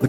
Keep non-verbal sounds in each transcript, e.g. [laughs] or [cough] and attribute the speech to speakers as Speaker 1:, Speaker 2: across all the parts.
Speaker 1: The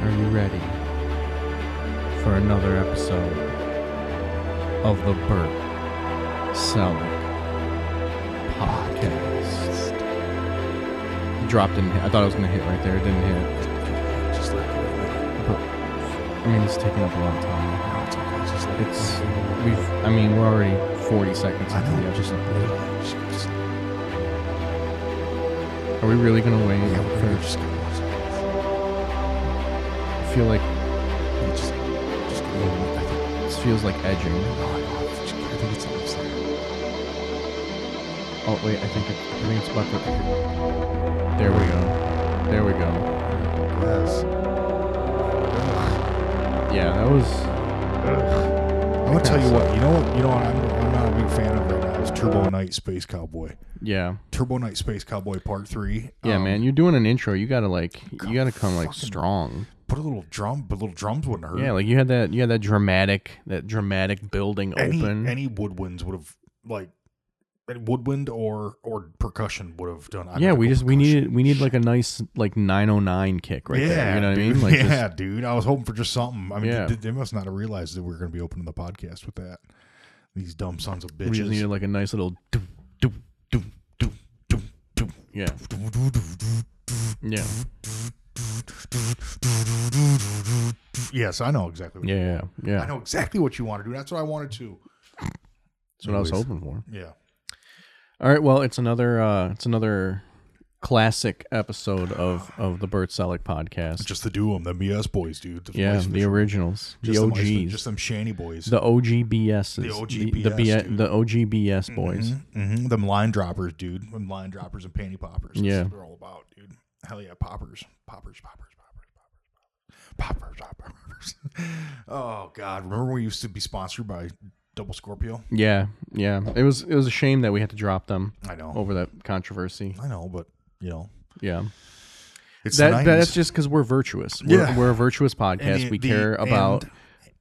Speaker 2: Are you ready for another episode of the Burt Selleck podcast? Dropped in. I thought I was gonna hit right there. It didn't hit.
Speaker 3: Just like
Speaker 2: But I mean, it's taking up a lot of time.
Speaker 3: no, it's okay. Just like
Speaker 2: It's we've. I mean, we're already 40 seconds
Speaker 3: I
Speaker 2: into the
Speaker 3: know. Just
Speaker 2: episode.
Speaker 3: literally, just, just
Speaker 2: Are we really gonna wait?
Speaker 3: yeah, we're gonna
Speaker 2: for-
Speaker 3: just
Speaker 2: I feel like
Speaker 3: we just just go. I think
Speaker 2: this feels like edging.
Speaker 3: no, I know. I think- I think it's almost there.
Speaker 2: Oh wait, I think it, I think it's about to. There we go. There we go.
Speaker 3: Yes.
Speaker 2: Yeah, that was.
Speaker 3: I'm gonna tell you what. You know what? You know what? I'm, I'm not a big fan of right now. Is Turbo Knight Space Cowboy.
Speaker 2: Yeah,
Speaker 3: Turbo Knight Space Cowboy Part Three.
Speaker 2: yeah,
Speaker 3: Um,
Speaker 2: man. You're doing an intro. You gotta like, you gotta come like
Speaker 3: fucking-
Speaker 2: strong.
Speaker 3: Put a little drum. But little drums wouldn't hurt.
Speaker 2: Yeah, like you had that, you had that dramatic, that dramatic building
Speaker 3: any
Speaker 2: open.
Speaker 3: any woodwinds would have like. any Woodwind or or percussion would have done.
Speaker 2: yeah, we
Speaker 3: identical
Speaker 2: just we
Speaker 3: percussion.
Speaker 2: needed we need like a nice like 909 kick right
Speaker 3: yeah,
Speaker 2: there. You know what I
Speaker 3: dude.
Speaker 2: mean? Like
Speaker 3: [laughs] yeah, dude. I was hoping for just something. I mean,
Speaker 2: Yeah.
Speaker 3: they, they must not have realized that we were going to be opening the podcast with that. These dumb sons of
Speaker 2: just we just
Speaker 3: bitches.
Speaker 2: needed like a nice little. doop, doop, doop, doop, doop, doop. Yeah, yeah,
Speaker 3: yes, I know exactly. What
Speaker 2: yeah, yeah. yeah.
Speaker 3: I know exactly what you want to do. That's what I wanted to.
Speaker 2: That's what I was
Speaker 3: Anyways,
Speaker 2: hoping for.
Speaker 3: Yeah.
Speaker 2: All right, well, it's another uh it's another classic episode of of the Bert Selleck podcast.
Speaker 3: Just the duo, them BS boys, dude. The
Speaker 2: Yeah,
Speaker 3: mice-
Speaker 2: the originals, the
Speaker 3: just mice-
Speaker 2: OGs,
Speaker 3: just them shanty boys.
Speaker 2: the OGBSs, the
Speaker 3: OGBS,
Speaker 2: the, B-
Speaker 3: dude.
Speaker 2: the OGBS boys.
Speaker 3: hmm Them line droppers, dude. Them line droppers and panty poppers. That's
Speaker 2: Yeah.
Speaker 3: what they're all about, dude. Hell yeah, poppers, poppers, poppers, poppers, poppers, poppers, poppers. [laughs] oh God, remember we used to be sponsored by Double Scorpio?
Speaker 2: Yeah, yeah. It was it was a shame that we had to drop them
Speaker 3: I know,
Speaker 2: over that controversy.
Speaker 3: I know, but you know,
Speaker 2: Yeah,
Speaker 3: it's the
Speaker 2: that
Speaker 3: 90s.
Speaker 2: that's just because we're virtuous. We're,
Speaker 3: Yeah.
Speaker 2: we're a virtuous podcast.
Speaker 3: And the-
Speaker 2: we
Speaker 3: the-
Speaker 2: care about
Speaker 3: and-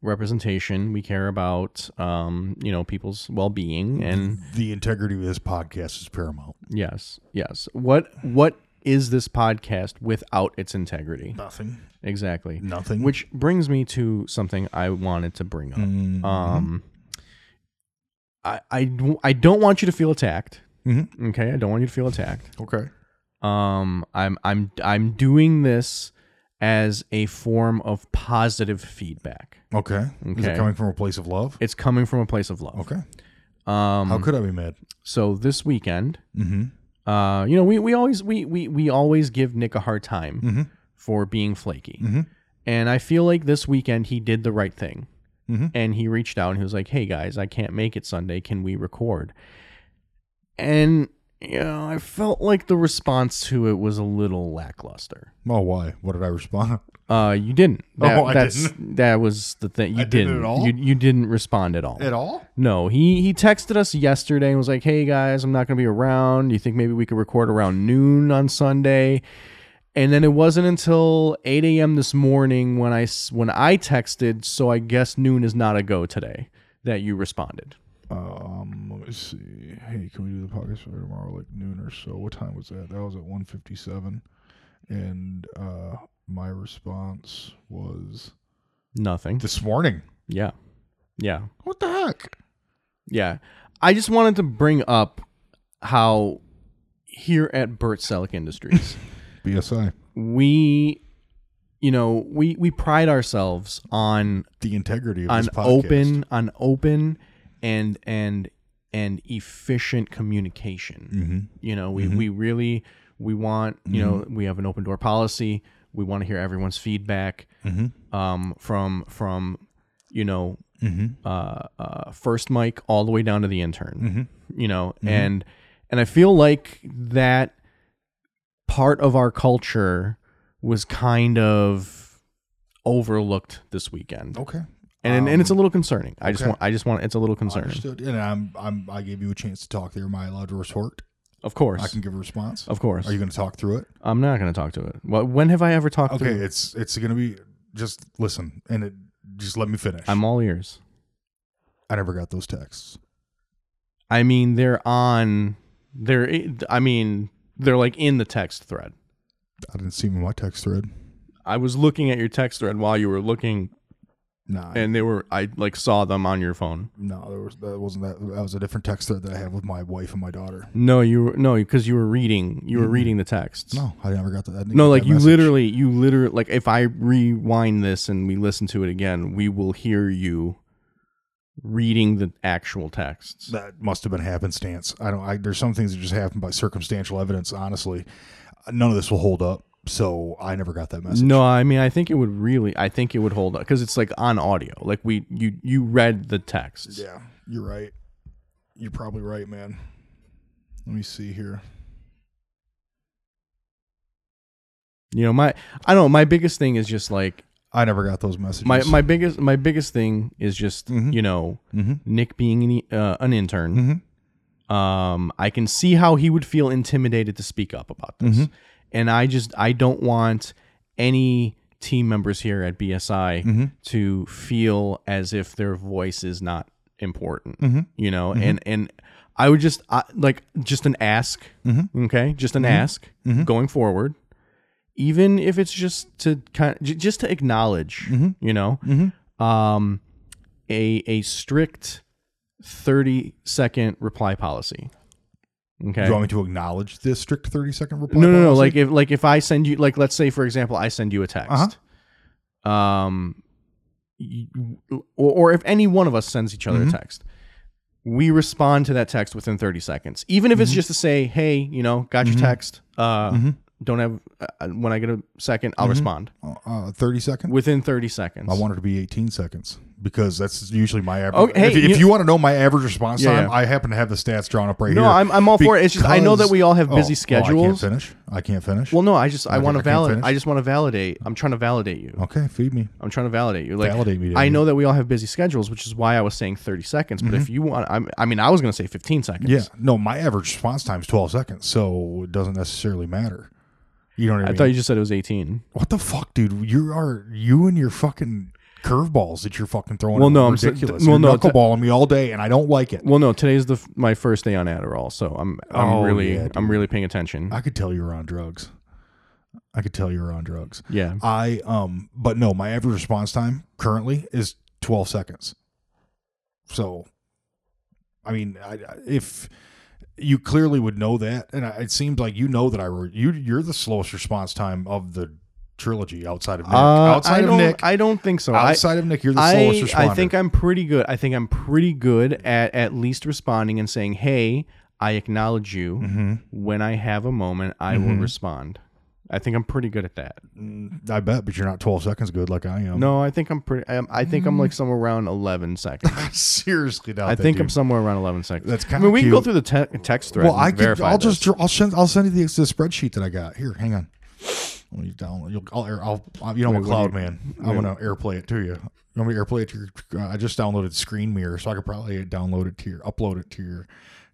Speaker 2: representation. We care about um you know people's well being and
Speaker 3: the integrity of this podcast is paramount.
Speaker 2: yes, yes. What what is this podcast without its integrity?
Speaker 3: Nothing,
Speaker 2: Exactly.
Speaker 3: nothing.
Speaker 2: Which brings me to something I wanted to bring up.
Speaker 3: Mhm.
Speaker 2: Um, I, I, I don't want you to feel attacked.
Speaker 3: Mhm.
Speaker 2: Okay, I don't want you to feel attacked.
Speaker 3: okay,
Speaker 2: Um, I'm I'm I'm doing this as a form of positive feedback.
Speaker 3: okay, Is
Speaker 2: Okay.
Speaker 3: it coming from a place of love?
Speaker 2: It's coming from a place of love.
Speaker 3: Okay,
Speaker 2: Um,
Speaker 3: how could I be mad?
Speaker 2: so this weekend,
Speaker 3: Mm-hmm.
Speaker 2: uh, you know, we, we always we, we we always give Nick a hard time
Speaker 3: Mhm.
Speaker 2: for being flaky,
Speaker 3: Mhm.
Speaker 2: and I feel like this weekend he did the right thing,
Speaker 3: Mhm.
Speaker 2: and he reached out and he was like, "Hey guys, I can't make it Sunday. Can we record?" And you know, I felt like the response to it was a little lackluster.
Speaker 3: Oh, why? What did I respond?
Speaker 2: Uh, you didn't.
Speaker 3: No,
Speaker 2: That,
Speaker 3: Oh, I
Speaker 2: that's that was the thing. You
Speaker 3: I didn't at all?
Speaker 2: You, you didn't respond at all.
Speaker 3: At all?
Speaker 2: No, he he texted us yesterday and was like, "Hey guys, I'm not going to be around. You think maybe we could record around noon on Sunday?" And then it wasn't until 8 a.m. this morning when I s- when I texted, so I guess noon is not a go today. That you responded.
Speaker 3: Um, let me see. Hey, can we do the podcast for tomorrow, like noon or so? What time was that? That was at one fifty-seven, And uh, my response was
Speaker 2: Nothing.
Speaker 3: this morning.
Speaker 2: Yeah. Yeah.
Speaker 3: What the heck?
Speaker 2: Yeah. I just wanted to bring up how here at Burt Selick Industries,
Speaker 3: BSI.
Speaker 2: we you know, we we pride ourselves on
Speaker 3: The integrity of
Speaker 2: on
Speaker 3: this podcast.
Speaker 2: open on open and and and efficient communication.
Speaker 3: Mm-hmm.
Speaker 2: You know, we we really we want, you know,
Speaker 3: Mm-hmm.
Speaker 2: we have an open door policy. We want to hear everyone's feedback
Speaker 3: Mm-hmm.
Speaker 2: um from from you know,
Speaker 3: Mm-hmm.
Speaker 2: uh, uh, first mic all the way down to the intern. You know,
Speaker 3: Mm-hmm.
Speaker 2: and and I feel like that part of our culture was kind of overlooked this weekend,
Speaker 3: Okay.
Speaker 2: and and it's a little concerning. I just
Speaker 3: Oh, um, okay.
Speaker 2: want I just want it's a little concerning.
Speaker 3: Understood. And I'm, I'm, I gave you a chance to talk there. Am I allowed to retort?
Speaker 2: Of
Speaker 3: I
Speaker 2: course,
Speaker 3: can give a response.
Speaker 2: of course.
Speaker 3: Are you going to talk through it?
Speaker 2: I'm not going to talk to it. Well, when have I ever talked
Speaker 3: Okay,
Speaker 2: to it?
Speaker 3: it's it's gonna be just listen and it just let me finish.
Speaker 2: I'm all ears.
Speaker 3: I never got those texts.
Speaker 2: I mean, they're on. They're. I mean, they're like in the text thread.
Speaker 3: I didn't see them in my text thread.
Speaker 2: I was looking at your text thread while you were looking
Speaker 3: Nah,
Speaker 2: and they were I like saw them on your phone.
Speaker 3: no, there was that wasn't that. That was a different text thread that I have with my wife and my daughter.
Speaker 2: No, you were no because you were reading you were reading the texts.
Speaker 3: No, I never got that. I didn't
Speaker 2: No,
Speaker 3: get
Speaker 2: like
Speaker 3: that
Speaker 2: you
Speaker 3: message.
Speaker 2: literally you literally like if I rewind this and we listen to it again, we will hear you reading the actual texts.
Speaker 3: That must have been happenstance. I don't. I, there's some things that just happen by circumstantial evidence. Honestly, none of this will hold up. So I never got that message.
Speaker 2: No, I mean I think it would really I think it would hold up cuz it's like on audio. Like we you you read the texts.
Speaker 3: Yeah, you're right. You're probably right, man. Let me see here.
Speaker 2: You know, my I don't know, my biggest thing is just like
Speaker 3: I never got those messages.
Speaker 2: my my biggest my biggest thing is just,
Speaker 3: Mhm.
Speaker 2: you know,
Speaker 3: Mm-hmm.
Speaker 2: Nick being an, e- uh, an intern.
Speaker 3: Mm-hmm.
Speaker 2: um, I can see how he would feel intimidated to speak up about this.
Speaker 3: Mhm.
Speaker 2: And I just I don't want any team members here at BSI
Speaker 3: Mm-hmm.
Speaker 2: to feel as if their voice is not important.
Speaker 3: Mhm.
Speaker 2: You know, and and I would just I, like just an ask,
Speaker 3: Mhm.
Speaker 2: okay, just an ask
Speaker 3: Mhm.
Speaker 2: going forward. Even if it's just to kind j- just to acknowledge,
Speaker 3: Mhm.
Speaker 2: you know,
Speaker 3: Mhm.
Speaker 2: um, a a strict thirty second reply policy. Okay.
Speaker 3: Do you want me to acknowledge this strict 30 second reply?
Speaker 2: No, no, no.
Speaker 3: policy?
Speaker 2: Like if like if I send you like let's say for example I send you a text,
Speaker 3: Uh-huh.
Speaker 2: um, y- or, or if any one of us sends each other
Speaker 3: Mhm.
Speaker 2: a text, we respond to that text within thirty seconds, even if
Speaker 3: Mm-hmm.
Speaker 2: it's just to say, hey, you know, got
Speaker 3: Mhm.
Speaker 2: your text. Uh,
Speaker 3: Mhm.
Speaker 2: don't have uh, when I get a second, I'll respond
Speaker 3: uh, 30 seconds?
Speaker 2: within thirty seconds.
Speaker 3: Mm-hmm. I want it to be 18 seconds because that's usually my average.
Speaker 2: Okay, hey,
Speaker 3: if, if
Speaker 2: you-
Speaker 3: you, want to know my average response
Speaker 2: Yeah,
Speaker 3: time,
Speaker 2: yeah.
Speaker 3: I happen to have the stats drawn up right
Speaker 2: No,
Speaker 3: here.
Speaker 2: I'm- I'm all for it. It's just I know that
Speaker 3: because-
Speaker 2: we all have
Speaker 3: Oh,
Speaker 2: busy
Speaker 3: oh, I can't
Speaker 2: schedules.
Speaker 3: finish. I can't finish.
Speaker 2: well, no, I just I
Speaker 3: Okay,
Speaker 2: want to
Speaker 3: I can't
Speaker 2: validate.
Speaker 3: finish.
Speaker 2: I just want to validate. I'm trying to validate you.
Speaker 3: okay, feed me.
Speaker 2: I'm trying to validate you. Like
Speaker 3: Validate me,
Speaker 2: I
Speaker 3: David.
Speaker 2: know that we all have busy schedules, which is why I was saying 30 seconds. But if you want, I'm, I mean, I was going to say 15 seconds.
Speaker 3: Mm-hmm. Yeah. No, my average response time is 12 seconds, so it doesn't necessarily matter. You know what I,
Speaker 2: I
Speaker 3: mean?
Speaker 2: thought you just said it was 18.
Speaker 3: what the fuck, dude? You are you and your fucking curveballs that you're fucking throwing.
Speaker 2: Well,
Speaker 3: are
Speaker 2: no, I'm s-
Speaker 3: ridiculous.
Speaker 2: well,
Speaker 3: you're
Speaker 2: no, t-
Speaker 3: knuckleballing me all day, and I don't like it.
Speaker 2: Well, no, today's the f- my first day on Adderall, so I'm I'm
Speaker 3: Oh,
Speaker 2: really
Speaker 3: yeah,
Speaker 2: I'm really paying attention.
Speaker 3: I could tell you were on drugs. I could tell you were on drugs.
Speaker 2: yeah,
Speaker 3: I um, but no, my average response time currently is twelve seconds. So, I mean, I, I- if you clearly would know that, and I, it seems like you know that I were you. You're the slowest response time of the trilogy outside of Nick.
Speaker 2: Uh, I
Speaker 3: outside of
Speaker 2: don't
Speaker 3: Nick,
Speaker 2: I don't think so. I,
Speaker 3: outside of Nick, you're the slowest
Speaker 2: I,
Speaker 3: responder.
Speaker 2: I think I'm pretty good. I think I'm pretty good at at least responding and saying, "Hey, I acknowledge you.
Speaker 3: Mm-hmm.
Speaker 2: When I have a moment, I will respond." I think I'm pretty good at that.
Speaker 3: Mm, I bet, but you're not twelve seconds good like I am.
Speaker 2: No, I think I'm pretty. I'm, I think
Speaker 3: Mm.
Speaker 2: I'm like somewhere around 11
Speaker 3: [laughs]
Speaker 2: seconds.
Speaker 3: [laughs] I seriously doubt
Speaker 2: I
Speaker 3: that,
Speaker 2: think
Speaker 3: dude.
Speaker 2: I'm somewhere around 11 seconds.
Speaker 3: That's
Speaker 2: I
Speaker 3: kinda
Speaker 2: mean, we can go
Speaker 3: cute.
Speaker 2: through the te- text thread.
Speaker 3: Well, I could.
Speaker 2: verify
Speaker 3: I'll
Speaker 2: this.
Speaker 3: just. I'll send. I'll send you the, the spreadsheet that I got here. Hang on. When you download, you'll, I'll, air- I'll, I'll. You know, I'm a
Speaker 2: Wait, what
Speaker 3: cloud
Speaker 2: do you-
Speaker 3: man. I'm gonna airplay it to you. You want me to airplay it to your? Uh, I just downloaded Screen Mirror, so I could probably download it to your, upload it to your,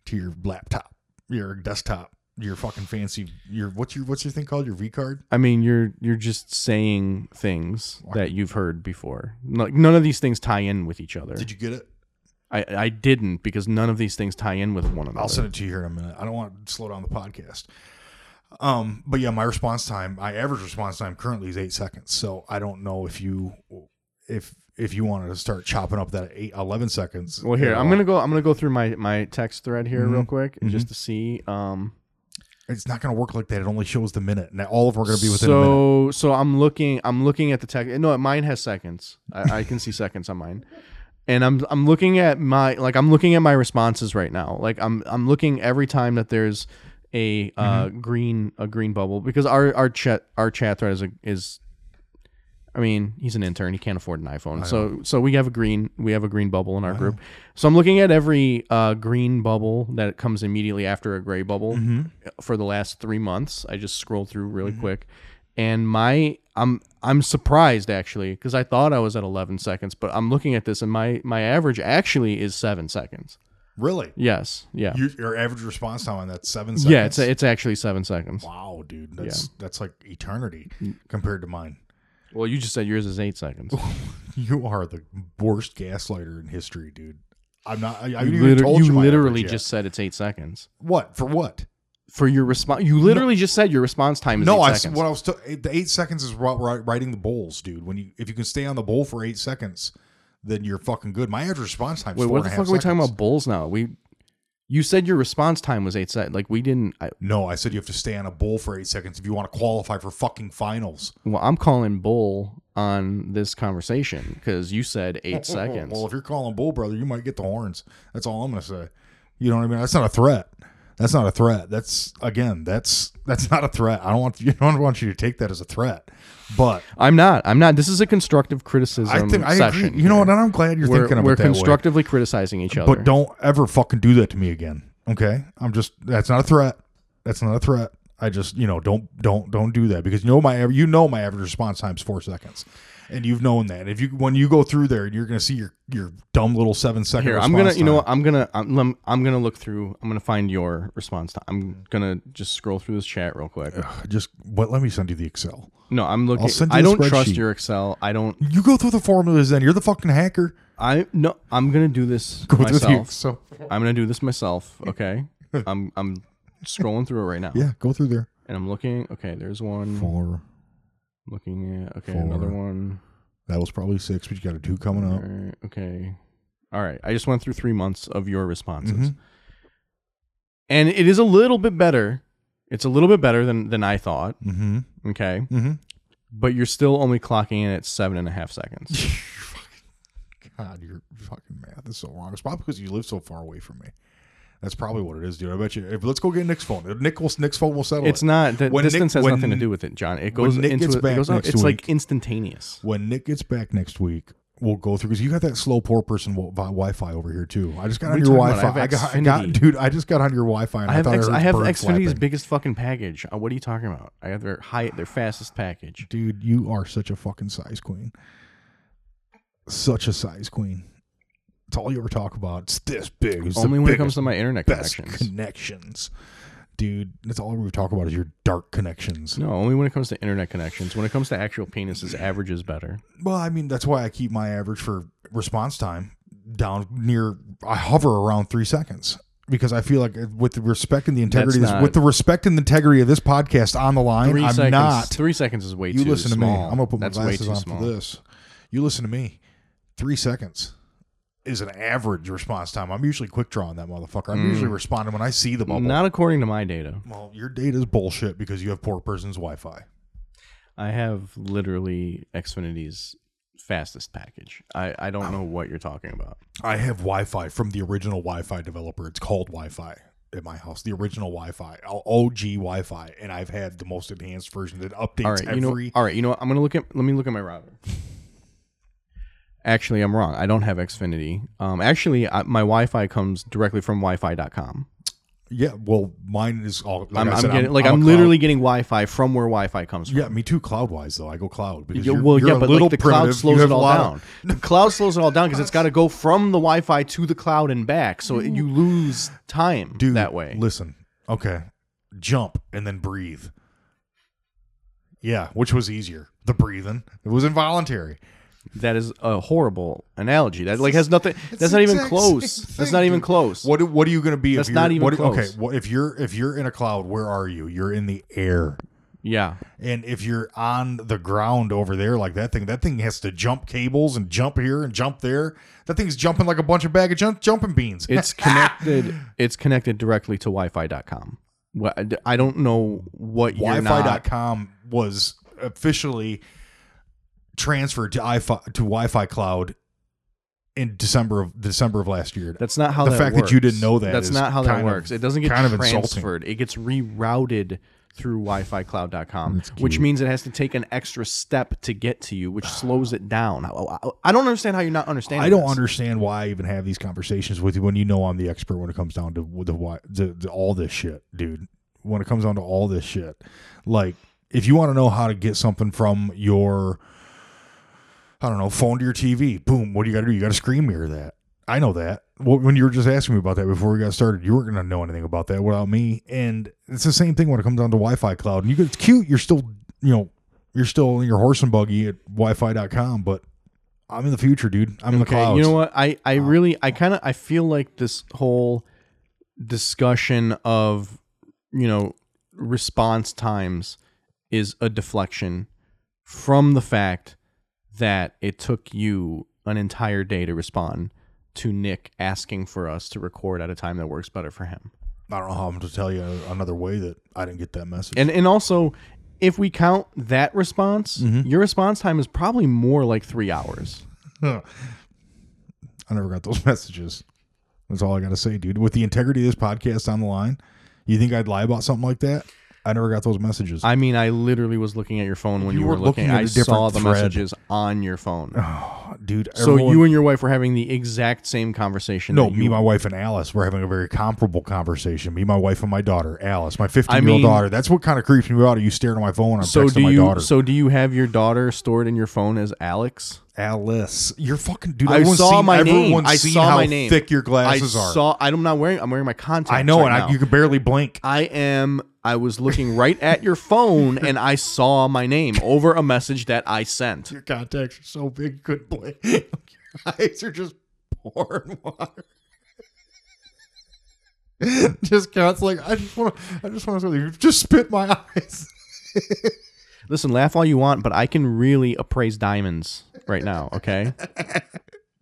Speaker 3: to your laptop, your desktop, your fucking fancy. Your what's your what's your thing called? Your V card.
Speaker 2: I mean, you're you're just saying things that you've heard before. Like none of these things tie in with each other.
Speaker 3: Did you get it?
Speaker 2: I I didn't because none of these things tie in with one another.
Speaker 3: I'll send it to you here in a minute. I don't want to slow down the podcast. Um, but yeah, my response time, my average response time currently is eight seconds. So I don't know if you, if if you wanted to start chopping up that eight, 11 seconds.
Speaker 2: Well, here
Speaker 3: at
Speaker 2: I'm
Speaker 3: all.
Speaker 2: gonna go. I'm gonna go through my my text thread here real
Speaker 3: Mhm.
Speaker 2: quick
Speaker 3: Mhm.
Speaker 2: just to see. Um,
Speaker 3: It's not gonna work like that. It only shows the minute, and all of them are gonna be within a minute.
Speaker 2: so so I'm looking. I'm looking at the text. No, mine has seconds. I, I can see seconds on mine. And I'm I'm looking at my like I'm looking at my responses right now. Like I'm I'm looking every time that there's a uh,
Speaker 3: Mm-hmm.
Speaker 2: green a green bubble because our our chat our chat thread is a, is. I mean, he's an intern. He can't afford an iPhone. So, so we have a green we have a green bubble in our group. So I'm looking at every uh, green bubble that comes immediately after a gray bubble
Speaker 3: Mm-hmm.
Speaker 2: for the last three months. I just scroll through really quick, and my I'm I'm surprised actually because I thought I was at 11 seconds, but I'm looking at this and my my average actually is seven seconds.
Speaker 3: Really,
Speaker 2: Yes, yeah,
Speaker 3: your, your average response time on that seven seconds.
Speaker 2: yeah. It's it's actually seven seconds.
Speaker 3: wow, dude. That's that's like eternity
Speaker 2: Mm.
Speaker 3: compared to mine. [laughs]
Speaker 2: Well, you just said yours is eight seconds.
Speaker 3: You are the worst gaslighter in history, dude. I'm not. [laughs] I, I
Speaker 2: You,
Speaker 3: haven't even
Speaker 2: liter-
Speaker 3: told
Speaker 2: you
Speaker 3: you my average
Speaker 2: literally
Speaker 3: yet.
Speaker 2: just said it's eight seconds
Speaker 3: what for what?
Speaker 2: for your response. You literally just said your response time is
Speaker 3: No,
Speaker 2: eight
Speaker 3: I
Speaker 2: seconds.
Speaker 3: what I was t- eight- the eight seconds is ri- ri- riding the bowls, dude. When you if you can stay on the bowl for eight seconds, then you're fucking good. My average response time.
Speaker 2: Wait, what the fuck are we talking about bulls now? We, you said your response time was eight seconds. Like we didn't. I,
Speaker 3: No, I said you have to stay on a bowl for eight seconds if you want to qualify for fucking finals.
Speaker 2: well, I'm calling bull on this conversation because you said eight [laughs] seconds.
Speaker 3: [laughs] Well, if you're calling bull, brother, you might get the horns. That's all I'm gonna say. You know what I mean? That's not a threat. That's not a threat. That's again. That's that's not a threat. I don't want [laughs] you. I don't want you to take that as a threat. But
Speaker 2: I'm not. I'm not. This is a constructive criticism
Speaker 3: I think I
Speaker 2: session.
Speaker 3: agree. You know
Speaker 2: here.
Speaker 3: what? And I'm glad you're
Speaker 2: We're,
Speaker 3: thinking of
Speaker 2: we're
Speaker 3: it that way.
Speaker 2: constructively criticizing each other.
Speaker 3: But don't ever fucking do that to me again. Okay? I'm just that's not a threat. That's not a threat. I just, you know, don't don't don't do that because you know my you know my average response time's 4 seconds. And you've known that. If you when you go through there and you're going to see your your dumb little 7 second
Speaker 2: here. I'm
Speaker 3: response
Speaker 2: gonna. You know
Speaker 3: time.
Speaker 2: what? I'm gonna. I'm, lem- I'm gonna look through. I'm gonna find your response time. I'm gonna just scroll through this chat real quick.
Speaker 3: just what let me send you the excel.
Speaker 2: No, I'm looking.
Speaker 3: send you
Speaker 2: I
Speaker 3: the
Speaker 2: don't trust
Speaker 3: spreadsheet.
Speaker 2: your Excel. I don't.
Speaker 3: You go through the formulas then. You're the fucking hacker.
Speaker 2: I no. I'm gonna do this
Speaker 3: [laughs] Go through the
Speaker 2: myself.
Speaker 3: excel.
Speaker 2: I'm gonna do this
Speaker 3: [laughs]
Speaker 2: myself. Okay. I'm. I'm scrolling through it right now.
Speaker 3: Yeah, go through there.
Speaker 2: And I'm looking. Okay. There's one.
Speaker 3: Four.
Speaker 2: Looking at. Okay.
Speaker 3: Four. Oh.
Speaker 2: Another one.
Speaker 3: That was probably 6, but you got a 2 coming up.
Speaker 2: Alright, okay. All right. I just went through three months of your responses.
Speaker 3: Mhm.
Speaker 2: And it is a little bit better. It's a little bit better than, than I thought.
Speaker 3: Mhm.
Speaker 2: Okay.
Speaker 3: Mhm.
Speaker 2: But you're still only clocking in at seven and a half
Speaker 3: [laughs]
Speaker 2: seconds.
Speaker 3: God, your fucking math is so wrong. It's probably because you live so far away from me. That's probably what it is, dude. I bet you. If, let's go get Nick's phone. Nick will, Nick's phone will settle
Speaker 2: It's
Speaker 3: it.
Speaker 2: not that
Speaker 3: When Nick-
Speaker 2: distance has
Speaker 3: when-
Speaker 2: nothing to do with it, John. It goes
Speaker 3: Nick
Speaker 2: into
Speaker 3: gets
Speaker 2: it,
Speaker 3: back
Speaker 2: goes out.
Speaker 3: next
Speaker 2: It's like
Speaker 3: week-
Speaker 2: instantaneous.
Speaker 3: when Nick gets back next week, we'll go through because you got that slow poor person wi- Wi-Fi over here too. I just got
Speaker 2: What
Speaker 3: on
Speaker 2: are
Speaker 3: your
Speaker 2: you talking about?
Speaker 3: Wi-Fi.
Speaker 2: I
Speaker 3: I
Speaker 2: have
Speaker 3: got, I got,
Speaker 2: Xfinity.
Speaker 3: dude. I just got on your Wi-Fi. And
Speaker 2: I
Speaker 3: I,
Speaker 2: have
Speaker 3: thought
Speaker 2: X,
Speaker 3: I,
Speaker 2: I,
Speaker 3: heard
Speaker 2: have
Speaker 3: bird
Speaker 2: Xfinity's
Speaker 3: flapping.
Speaker 2: biggest fucking package. Uh, What are you talking about? I have their high their fastest package.
Speaker 3: Dude, you are such a fucking size queen. Such a size queen. It's all you ever talk about. It's this big. It's the
Speaker 2: Only when it comes
Speaker 3: biggest,
Speaker 2: to my internet
Speaker 3: best
Speaker 2: connections.
Speaker 3: connections. Dude, that's all we talk about is your dark connections.
Speaker 2: No, only when it comes to internet connections. When it comes to actual penises, average is better.
Speaker 3: Well, I mean, that's why I keep my average for response time down near, I hover around three seconds because I feel like with the respect and the integrity,
Speaker 2: That's not-
Speaker 3: with the respect and integrity of this podcast on the line,
Speaker 2: 3
Speaker 3: I'm
Speaker 2: seconds.
Speaker 3: not.
Speaker 2: Three seconds is way
Speaker 3: You
Speaker 2: too
Speaker 3: listen to me.
Speaker 2: small.
Speaker 3: I'm gonna put my
Speaker 2: That's way
Speaker 3: glasses
Speaker 2: too
Speaker 3: on
Speaker 2: small.
Speaker 3: for this. You listen to me. Three seconds is an average response time. I'm usually quick drawing that motherfucker. I'm usually
Speaker 2: Mm.
Speaker 3: responding when I see the bubble.
Speaker 2: Not according to my data.
Speaker 3: well, your data is bullshit because you have poor person's Wi-Fi.
Speaker 2: I have literally Xfinity's fastest package. I, I don't know what you're talking about.
Speaker 3: I have Wi-Fi from the original Wi-Fi developer. It's called Wi-Fi at my house. The original Wi-Fi, OG Wi-Fi, and I've had the most advanced version that updates
Speaker 2: All right, you know. uh,
Speaker 3: every.
Speaker 2: All right, you know. What? I'm gonna look at. Let me look at my router. Actually, I'm wrong. I don't have Xfinity. Um, actually, I, my Wi-Fi comes directly from Wi-Fi.com.
Speaker 3: yeah, well, mine is all. Like
Speaker 2: I'm,
Speaker 3: i
Speaker 2: I'm
Speaker 3: said,
Speaker 2: getting like I'm,
Speaker 3: a cloud-
Speaker 2: literally getting Wi-Fi from where Wi-Fi comes from.
Speaker 3: Yeah, me too. Cloud-wise though, I go cloud because
Speaker 2: Yeah,
Speaker 3: you're,
Speaker 2: well,
Speaker 3: you're
Speaker 2: yeah,
Speaker 3: a
Speaker 2: but
Speaker 3: little
Speaker 2: like the
Speaker 3: primitive.
Speaker 2: cloud
Speaker 3: You
Speaker 2: slows
Speaker 3: have
Speaker 2: it
Speaker 3: a
Speaker 2: all
Speaker 3: lot of-
Speaker 2: down. the cloud slows it all down because it's got to go from the Wi-Fi to the cloud and back, so you lose time
Speaker 3: Dude,
Speaker 2: that way.
Speaker 3: Listen, okay, jump and then breathe. Yeah, which was easier? The breathing. It was involuntary.
Speaker 2: That is a horrible analogy. That like has nothing. That's not
Speaker 3: the
Speaker 2: even
Speaker 3: exact
Speaker 2: close.
Speaker 3: same
Speaker 2: That's
Speaker 3: thing,
Speaker 2: not even
Speaker 3: dude.
Speaker 2: close.
Speaker 3: What What are you going to be?
Speaker 2: That's
Speaker 3: if you're-
Speaker 2: not even
Speaker 3: what-
Speaker 2: close.
Speaker 3: Okay, well, if you're if you're in a cloud, where are you? You're in the air,
Speaker 2: Yeah.
Speaker 3: and if you're on the ground over there, like that thing, that thing has to jump cables and jump here and jump there. That thing's jumping like a bunch of bag of jump, jumping beans. [laughs]
Speaker 2: It's connected. it's connected directly to Wi-Fi.com. Wha- I don't know what you're not.
Speaker 3: Wi-Fi.com was officially transferred to Wi-Fi to Wi-Fi cloud in December of December of last year.
Speaker 2: That's not how
Speaker 3: The
Speaker 2: that
Speaker 3: fact that you
Speaker 2: works.
Speaker 3: didn't know that
Speaker 2: That's
Speaker 3: is
Speaker 2: not how that
Speaker 3: kind of-
Speaker 2: works. It doesn't get
Speaker 3: kind of insulting.
Speaker 2: transferred. It gets rerouted through WiFiCloud.com,
Speaker 3: That's
Speaker 2: which
Speaker 3: cute. Ah.
Speaker 2: means it has to take an extra step to get to you, which slows it down. I, I- I don't understand how you're not understanding.
Speaker 3: I don't
Speaker 2: this.
Speaker 3: understand why I even have these conversations with you when you know I'm the expert when it comes down to the why the, the all this shit, dude. When it comes down to all this shit, like if you want to know how to get something from your, I don't know, phone to your TV, boom. What do you got to do? You got to screen mirror that. I know that. Well, when you were just asking me about that before we got started, you weren't going to know anything about that without me. And it's the same thing when it comes down to Wi-Fi cloud. And you, it's cute. You're still, you know, you're still in your horse and buggy at Wi-Fi.com, but I'm in the future, dude. I'm in the
Speaker 2: Okay,
Speaker 3: clouds.
Speaker 2: you know what? I I really I kind of I feel like this whole discussion of you know response times is a deflection from the fact that it took you an entire day to respond to Nick asking for us to record at a time that works better for him.
Speaker 3: I don't know how I'm to tell you another way that I didn't get that message.
Speaker 2: And and also if we count that response, your response time is probably more like 3 hours.
Speaker 3: [laughs] I never got those [laughs] messages. That's all I got to say, dude. With the integrity of this podcast on the line, you think I'd lie about something like that? I never got those messages.
Speaker 2: I mean, I literally was looking at your phone when you, were, looking.
Speaker 3: at
Speaker 2: I
Speaker 3: a different
Speaker 2: saw the
Speaker 3: thread.
Speaker 2: messages on your phone.
Speaker 3: dude,
Speaker 2: so
Speaker 3: everyone-
Speaker 2: you and your wife were having the exact same conversation.
Speaker 3: No,
Speaker 2: that
Speaker 3: me,
Speaker 2: you-
Speaker 3: my wife, and Alice were having a very comparable conversation. Me, my wife, and my daughter, Alice, my 15
Speaker 2: I
Speaker 3: year old
Speaker 2: mean-
Speaker 3: daughter. That's what kind of creeps me out. Are you staring at my phone? I'm
Speaker 2: So
Speaker 3: texting
Speaker 2: do
Speaker 3: my
Speaker 2: you?
Speaker 3: daughter.
Speaker 2: So do you have your daughter stored in your phone as Alex?
Speaker 3: Alice, you're fucking dude.
Speaker 2: I
Speaker 3: everyone's
Speaker 2: saw
Speaker 3: seen-
Speaker 2: my name.
Speaker 3: everyone's
Speaker 2: I
Speaker 3: seen
Speaker 2: saw
Speaker 3: how
Speaker 2: my name.
Speaker 3: Thick your glasses
Speaker 2: I
Speaker 3: are.
Speaker 2: saw. I'm not wearing. I'm wearing my contacts.
Speaker 3: I know,
Speaker 2: right
Speaker 3: and
Speaker 2: now.
Speaker 3: I, you could barely blink.
Speaker 2: I am. I was looking right at your phone, and I saw my name over a message that I sent.
Speaker 3: [laughs] Your contacts are so big, you couldn't blink. [laughs] your eyes are just pouring water. [laughs] just counts like I just want. to. I just want to. Just spit my [laughs] eyes.
Speaker 2: Listen, laugh all you want, but I can really appraise diamonds right now,
Speaker 3: [laughs]
Speaker 2: okay?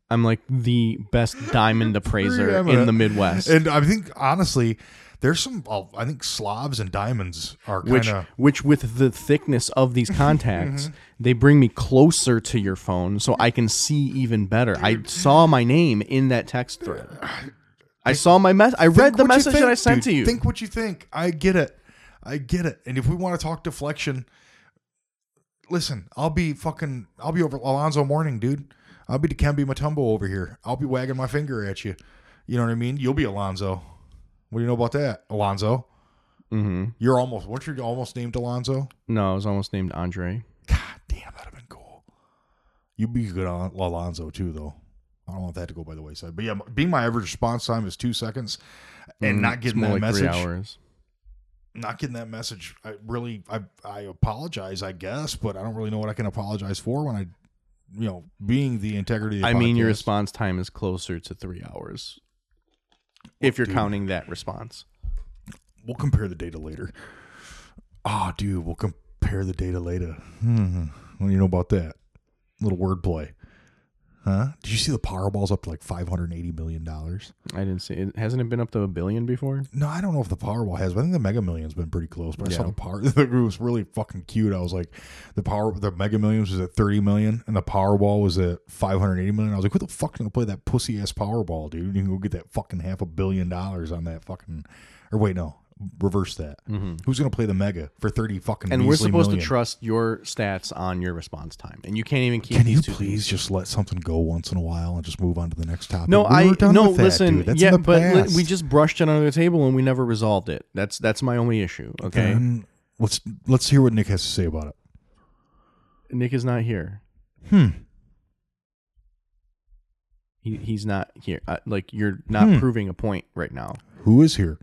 Speaker 2: I'm like the best diamond appraiser in the
Speaker 3: Preeminent.
Speaker 2: Midwest.
Speaker 3: And I think honestly, there's some. uh, I think Slavs and diamonds are
Speaker 2: [laughs]
Speaker 3: kind
Speaker 2: which
Speaker 3: of.
Speaker 2: which with the thickness of
Speaker 3: [laughs]
Speaker 2: these contacts,
Speaker 3: Mm-hmm.
Speaker 2: they bring me closer to your phone so I can see even better. I saw my name in that text thread. I saw my mess I read the message that I sent to you.
Speaker 3: Think what you think. I get it. I get it. And if we want to talk deflection, listen, I'll be fucking. I'll be over Alonzo Morning, dude. I'll be Dikembe Matumbo over here. I'll be wagging my finger at you. You know what I mean? You'll be Alonzo. What do you know about that, Alonzo?
Speaker 2: hmm
Speaker 3: You're almost. Weren't you almost named Alonzo?
Speaker 2: No, I was almost named Andre.
Speaker 3: God damn, that'd have been cool. You'd be good on Alonzo too, though. I don't want that to go by the wayside. But yeah, being my average response time is two seconds, and
Speaker 2: Mm,
Speaker 3: not
Speaker 2: it's
Speaker 3: getting
Speaker 2: more
Speaker 3: that
Speaker 2: like
Speaker 3: message.
Speaker 2: Three hours.
Speaker 3: Not getting that message. I really, I, I apologize, I guess, but I don't really know what I can apologize for when I, you know, being the integrity. Of the
Speaker 2: I mean, your
Speaker 3: podcast.
Speaker 2: response time is closer to three hours if you're counting that response.
Speaker 3: We'll compare the data later. Ah, dude, we'll compare the data later. Hmm. What do you know about that? Little wordplay, huh? Did you see the Powerball's up to like five hundred eighty million dollars?
Speaker 2: I didn't see it. Hasn't it been up to a billion before?
Speaker 3: No, I don't know if the Powerball has, but I think the Mega Millions been pretty close. But I saw
Speaker 2: Yeah.
Speaker 3: the Power. [laughs] It was really fucking cute. I was like, the Power, the Mega Millions was at thirty million, and the Powerball was at five hundred eighty million. I was like, who the fuck's gonna play that pussy ass Powerball, dude? You can go get that fucking half a billion dollars on that fucking. Or wait, no, reverse that. Who's gonna play the Mega for thirty fucking?
Speaker 2: Mm-hmm. And we're
Speaker 3: measly
Speaker 2: supposed
Speaker 3: million?
Speaker 2: to trust your stats on your response time, and you can't even keep
Speaker 3: Can
Speaker 2: these
Speaker 3: you
Speaker 2: two.
Speaker 3: please just let something go once in a while and just move on to the next topic?
Speaker 2: No,
Speaker 3: We
Speaker 2: I
Speaker 3: were done
Speaker 2: no.
Speaker 3: with that,
Speaker 2: listen,
Speaker 3: dude. That's in
Speaker 2: yeah,
Speaker 3: the
Speaker 2: but li-
Speaker 3: past.
Speaker 2: we just brushed it under the table and we never resolved it. That's that's my only issue. Okay,
Speaker 3: Then let's let's hear what Nick has to say about it.
Speaker 2: Nick is not here. Hmm. He, he's not here. Uh, like you're not
Speaker 3: Hmm.
Speaker 2: proving a point right now.
Speaker 3: Who is here?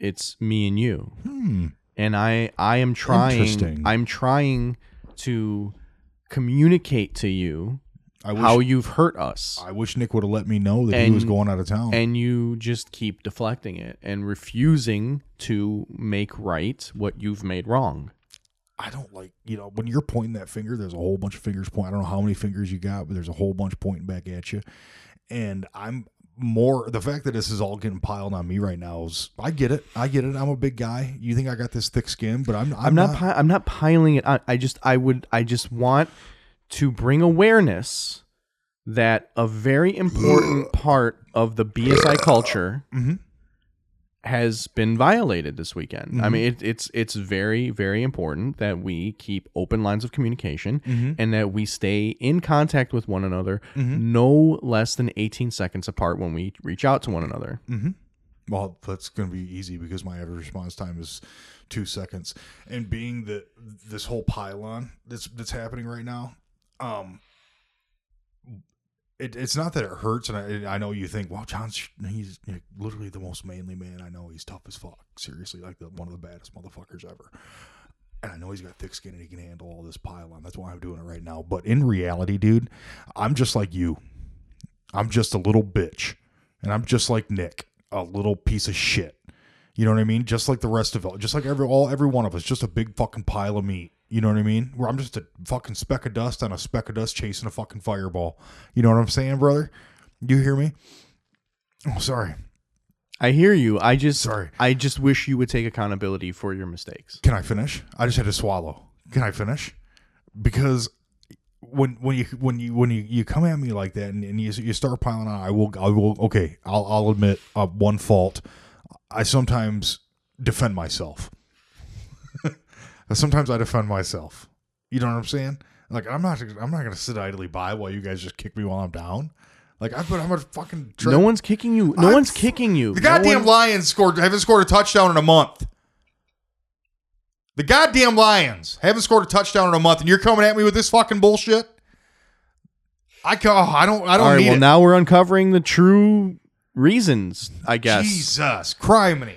Speaker 2: It's me and you.
Speaker 3: Hmm.
Speaker 2: and I I am trying
Speaker 3: Interesting.
Speaker 2: I'm trying to communicate to you
Speaker 3: I wish
Speaker 2: how you've hurt us.
Speaker 3: I wish Nick would have let me know that he
Speaker 2: And-
Speaker 3: was going out of town.
Speaker 2: and you just keep deflecting it and refusing to make right what you've made wrong.
Speaker 3: I don't like, you know, when you're pointing that finger, there's a whole bunch of fingers point. I don't know how many fingers you got, but there's a whole bunch pointing back at you. And I'm more the fact that this is all getting piled on me right now is I get it. I get it. I'm a big guy. You think I got this thick skin, but I'm I'm,
Speaker 2: I'm not.
Speaker 3: not
Speaker 2: pi- I'm not piling it on. I just. I would. I just want to bring awareness that a very important part of the BSI culture
Speaker 3: Mhm.
Speaker 2: has been violated this weekend. I
Speaker 3: Mhm.
Speaker 2: mean, it, it's it's very very important that we keep open lines of communication
Speaker 3: Mhm.
Speaker 2: and that we stay in contact with one another,
Speaker 3: Mhm.
Speaker 2: no less than 18 seconds apart when we reach out to one another.
Speaker 3: Mm-hmm. Well, that's going to be easy because my average response time is two seconds. And being that this whole pylon that's that's happening right now, um, it, it's not that it hurts. And I, and I know you think, wow, John's he's literally the most manly man I know. He's tough as fuck. Seriously, like the, one of the baddest motherfuckers ever. And I know he's got thick skin and he can handle all this pylon. That's why I'm doing it right now. But in reality, dude, I'm just like you. I'm just a little bitch. And I'm just like Nick, a little piece of shit. You know what I mean? Just like the rest of it. Just like every all every one of us, just a big fucking pile of meat. You know what I mean? Where I'm just a fucking speck of dust on a speck of dust chasing a fucking fireball. You know what I'm saying, brother? You hear me? Oh, sorry.
Speaker 2: I hear you. I just
Speaker 3: Sorry.
Speaker 2: I just wish you would take accountability for your mistakes.
Speaker 3: Can I finish? I just had to swallow. Can I finish? Because when when you when you when you, you come at me like that and, and you you start piling on, I will I will okay. I'll I'll admit uh, one fault. I sometimes defend myself. [laughs] sometimes I defend myself. You know what I'm saying? Like I'm not I'm not gonna sit idly by while you guys just kick me while I'm down. Like I but I'm a fucking tra-
Speaker 2: No one's kicking you. No
Speaker 3: I'm-
Speaker 2: one's kicking you.
Speaker 3: the
Speaker 2: No
Speaker 3: goddamn
Speaker 2: one-
Speaker 3: Lions scored haven't scored a touchdown in a month. The goddamn Lions haven't scored a touchdown in a month, and you're coming at me with this fucking bullshit. I ca- oh, I don't. I don't
Speaker 2: All right.
Speaker 3: need
Speaker 2: Well,
Speaker 3: it.
Speaker 2: now we're uncovering the true reasons. I guess.
Speaker 3: Jesus, criminy.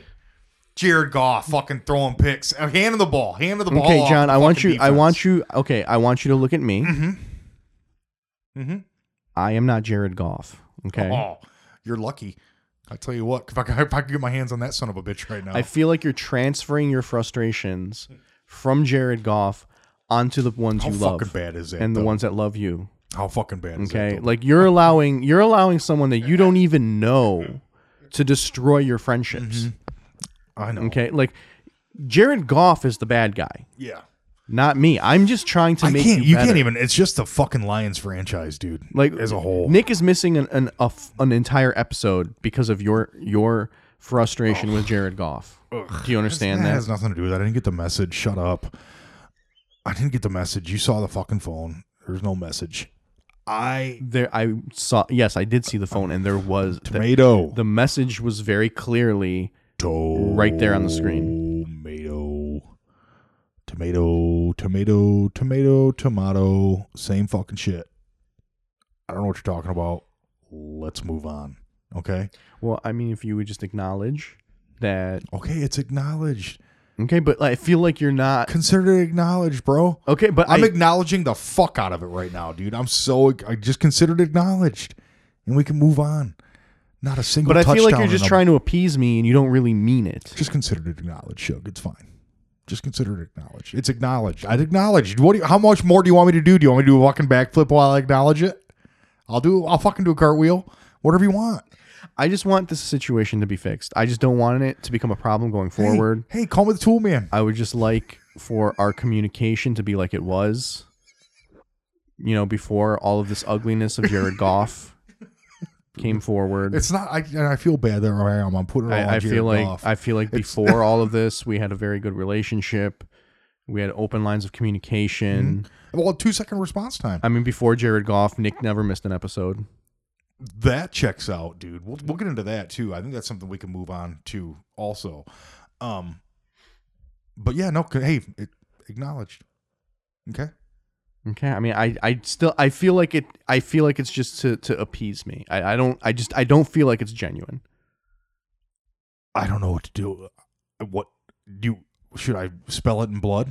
Speaker 3: Jared Goff fucking throwing picks. Uh, Hand him the ball. Hand him the ball.
Speaker 2: Okay, John. I want you. I want you. Okay. I want you to look at me.
Speaker 3: Mm-hmm.
Speaker 2: I am not Jared Goff. Okay.
Speaker 3: Oh, you're lucky. I tell you what, if I, could, if I could get my hands on that son of a bitch right now,
Speaker 2: I feel like you're transferring your frustrations from Jared Goff onto the ones
Speaker 3: how
Speaker 2: you
Speaker 3: fucking
Speaker 2: love
Speaker 3: bad is that?
Speaker 2: and the
Speaker 3: though?
Speaker 2: ones that love you.
Speaker 3: how fucking bad is that?
Speaker 2: Okay.
Speaker 3: though?
Speaker 2: Like you're allowing you're allowing someone that you don't even know to destroy your friendships.
Speaker 3: Mm-hmm. I know.
Speaker 2: Okay, like Jared Goff is the bad guy,
Speaker 3: Yeah.
Speaker 2: not me. I'm just trying to
Speaker 3: I
Speaker 2: make
Speaker 3: can't.
Speaker 2: you.
Speaker 3: You,
Speaker 2: better.
Speaker 3: can't even. It's just the fucking Lions franchise, dude.
Speaker 2: like
Speaker 3: as a whole.
Speaker 2: Nick is missing an an, a f- an entire episode because of your your frustration with Jared Goff. Do you understand
Speaker 3: that
Speaker 2: that?
Speaker 3: has nothing to do with that. I didn't get the message. Shut up. I didn't get the message. You saw the fucking phone. There's no message. I
Speaker 2: There, I saw. Yes, I did see the phone, and there was the,
Speaker 3: tomato.
Speaker 2: the message was very clearly
Speaker 3: tomato
Speaker 2: right there on the screen.
Speaker 3: Tomato. Tomato. Tomato. Tomato. Tomato. Same fucking shit. I don't know what you're talking about. Let's move on. Okay.
Speaker 2: well. I mean, if you would just acknowledge that,
Speaker 3: Okay. It's acknowledged.
Speaker 2: okay. But I feel like you're not
Speaker 3: Consider it acknowledged, bro.
Speaker 2: okay. But
Speaker 3: I'm
Speaker 2: I,
Speaker 3: acknowledging the fuck out of it right now, dude. I'm so I just considered acknowledged, and we can move on. Not a single.
Speaker 2: but I feel like
Speaker 3: touchdown
Speaker 2: you're just
Speaker 3: in a-
Speaker 2: trying to appease me, and you don't really mean it.
Speaker 3: Just consider it acknowledged, Shug. It's fine. Just consider it acknowledged. It's acknowledged. I'd acknowledged. What? Do you, how much more do you want me to do? Do you want me to do a fucking backflip while I acknowledge it? I'll do. I'll fucking do a cartwheel. Whatever you want.
Speaker 2: I just want this situation to be fixed. I just don't want it to become a problem going
Speaker 3: Hey,
Speaker 2: forward.
Speaker 3: Hey, call me the tool man.
Speaker 2: I would just like for our communication to be like it was, you know, before all of this ugliness of
Speaker 3: [laughs]
Speaker 2: Jared Goff came forward.
Speaker 3: It's not. I and I feel bad that I am. I'm putting it all on
Speaker 2: I, I
Speaker 3: Jared
Speaker 2: feel like
Speaker 3: Goff.
Speaker 2: I feel like
Speaker 3: It's- [laughs]
Speaker 2: before all of this, we had a very good relationship. We had open lines of
Speaker 3: Mm-hmm.
Speaker 2: communication.
Speaker 3: well, two second response time.
Speaker 2: I mean, before Jared Goff, Nick never missed an episode.
Speaker 3: that checks out, dude. We'll we'll get into that too. I think that's something we can move on to also. Um, but yeah, no. c- Hey, it, acknowledged. Okay.
Speaker 2: Okay, I mean, I, I still, I feel like it. I feel like it's just to, to appease me. I, I don't, I just, I don't feel like it's genuine.
Speaker 3: I don't know what to do. What do you, should I spell it in blood?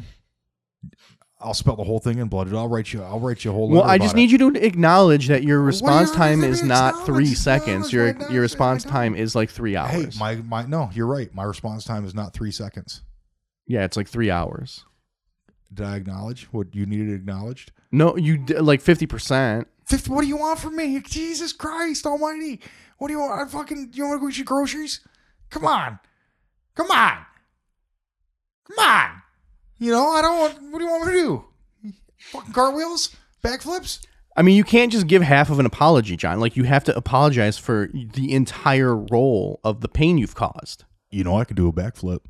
Speaker 3: I'll spell the whole thing in blooded. I'll write you. I'll write you a whole.
Speaker 2: Well,
Speaker 3: letter
Speaker 2: I just
Speaker 3: about it.
Speaker 2: need you to acknowledge that your response
Speaker 3: not
Speaker 2: time
Speaker 3: gonna
Speaker 2: is not
Speaker 3: acknowledge
Speaker 2: three
Speaker 3: that?
Speaker 2: seconds. Your
Speaker 3: Why not?
Speaker 2: your response
Speaker 3: Why not?
Speaker 2: time is like three hours.
Speaker 3: Hey, my my no, you're right. My response time is not three seconds.
Speaker 2: yeah, it's like three hours.
Speaker 3: Did I acknowledge what you needed acknowledged?
Speaker 2: No, you d- like fifty percent.
Speaker 3: Fifth, what do you want from me? Jesus Christ Almighty! What do you want? I fucking you want to go get your groceries? Come on, come on, come on! You know I don't want. What do you want me to do? Fucking cartwheels, backflips.
Speaker 2: I mean, you can't just give half of an apology, John. Like you have to apologize for the entire role of the pain you've caused.
Speaker 3: You know I can do a backflip.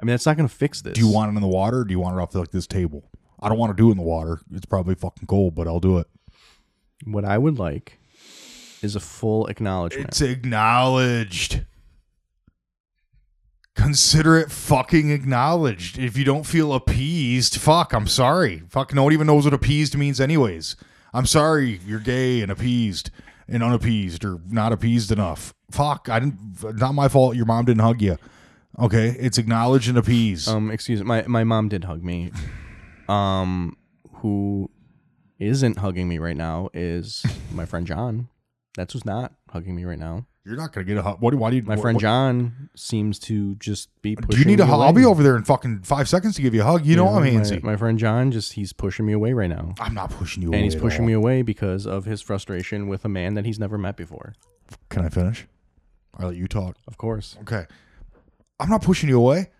Speaker 2: I mean, that's not going to fix this.
Speaker 3: Do you want it in the water? Or do you want it off like this table? I don't want to do it in the water. It's probably fucking cold, but I'll do it.
Speaker 2: What I would like is a full acknowledgement.
Speaker 3: It's acknowledged. Consider it fucking acknowledged. If you don't feel appeased, fuck, I'm sorry. Fuck, no one even knows what appeased means, anyways. I'm sorry you're gay and appeased and unappeased or not appeased enough. Fuck, I didn't, not my fault. Your mom didn't hug you. Okay, it's acknowledged and appeased.
Speaker 2: um, excuse me. My my mom did hug me. Um, who isn't hugging me right now is my friend John. That's who's not hugging me right now.
Speaker 3: you're not gonna get a hug. What? do- Why do you?
Speaker 2: My
Speaker 3: what-
Speaker 2: friend
Speaker 3: what-
Speaker 2: John seems to just be pushing.
Speaker 3: Do you need a
Speaker 2: me
Speaker 3: hug?
Speaker 2: away.
Speaker 3: I'll be over there in fucking five seconds to give you a hug. You know,
Speaker 2: You know,
Speaker 3: I'm
Speaker 2: my,
Speaker 3: antsy.
Speaker 2: my friend John just he's pushing me away right now.
Speaker 3: I'm not pushing you.
Speaker 2: And he's pushing me away because of his frustration with a man that he's never met before.
Speaker 3: Can I finish? I let you talk.
Speaker 2: Of course.
Speaker 3: Okay. I'm not pushing you away.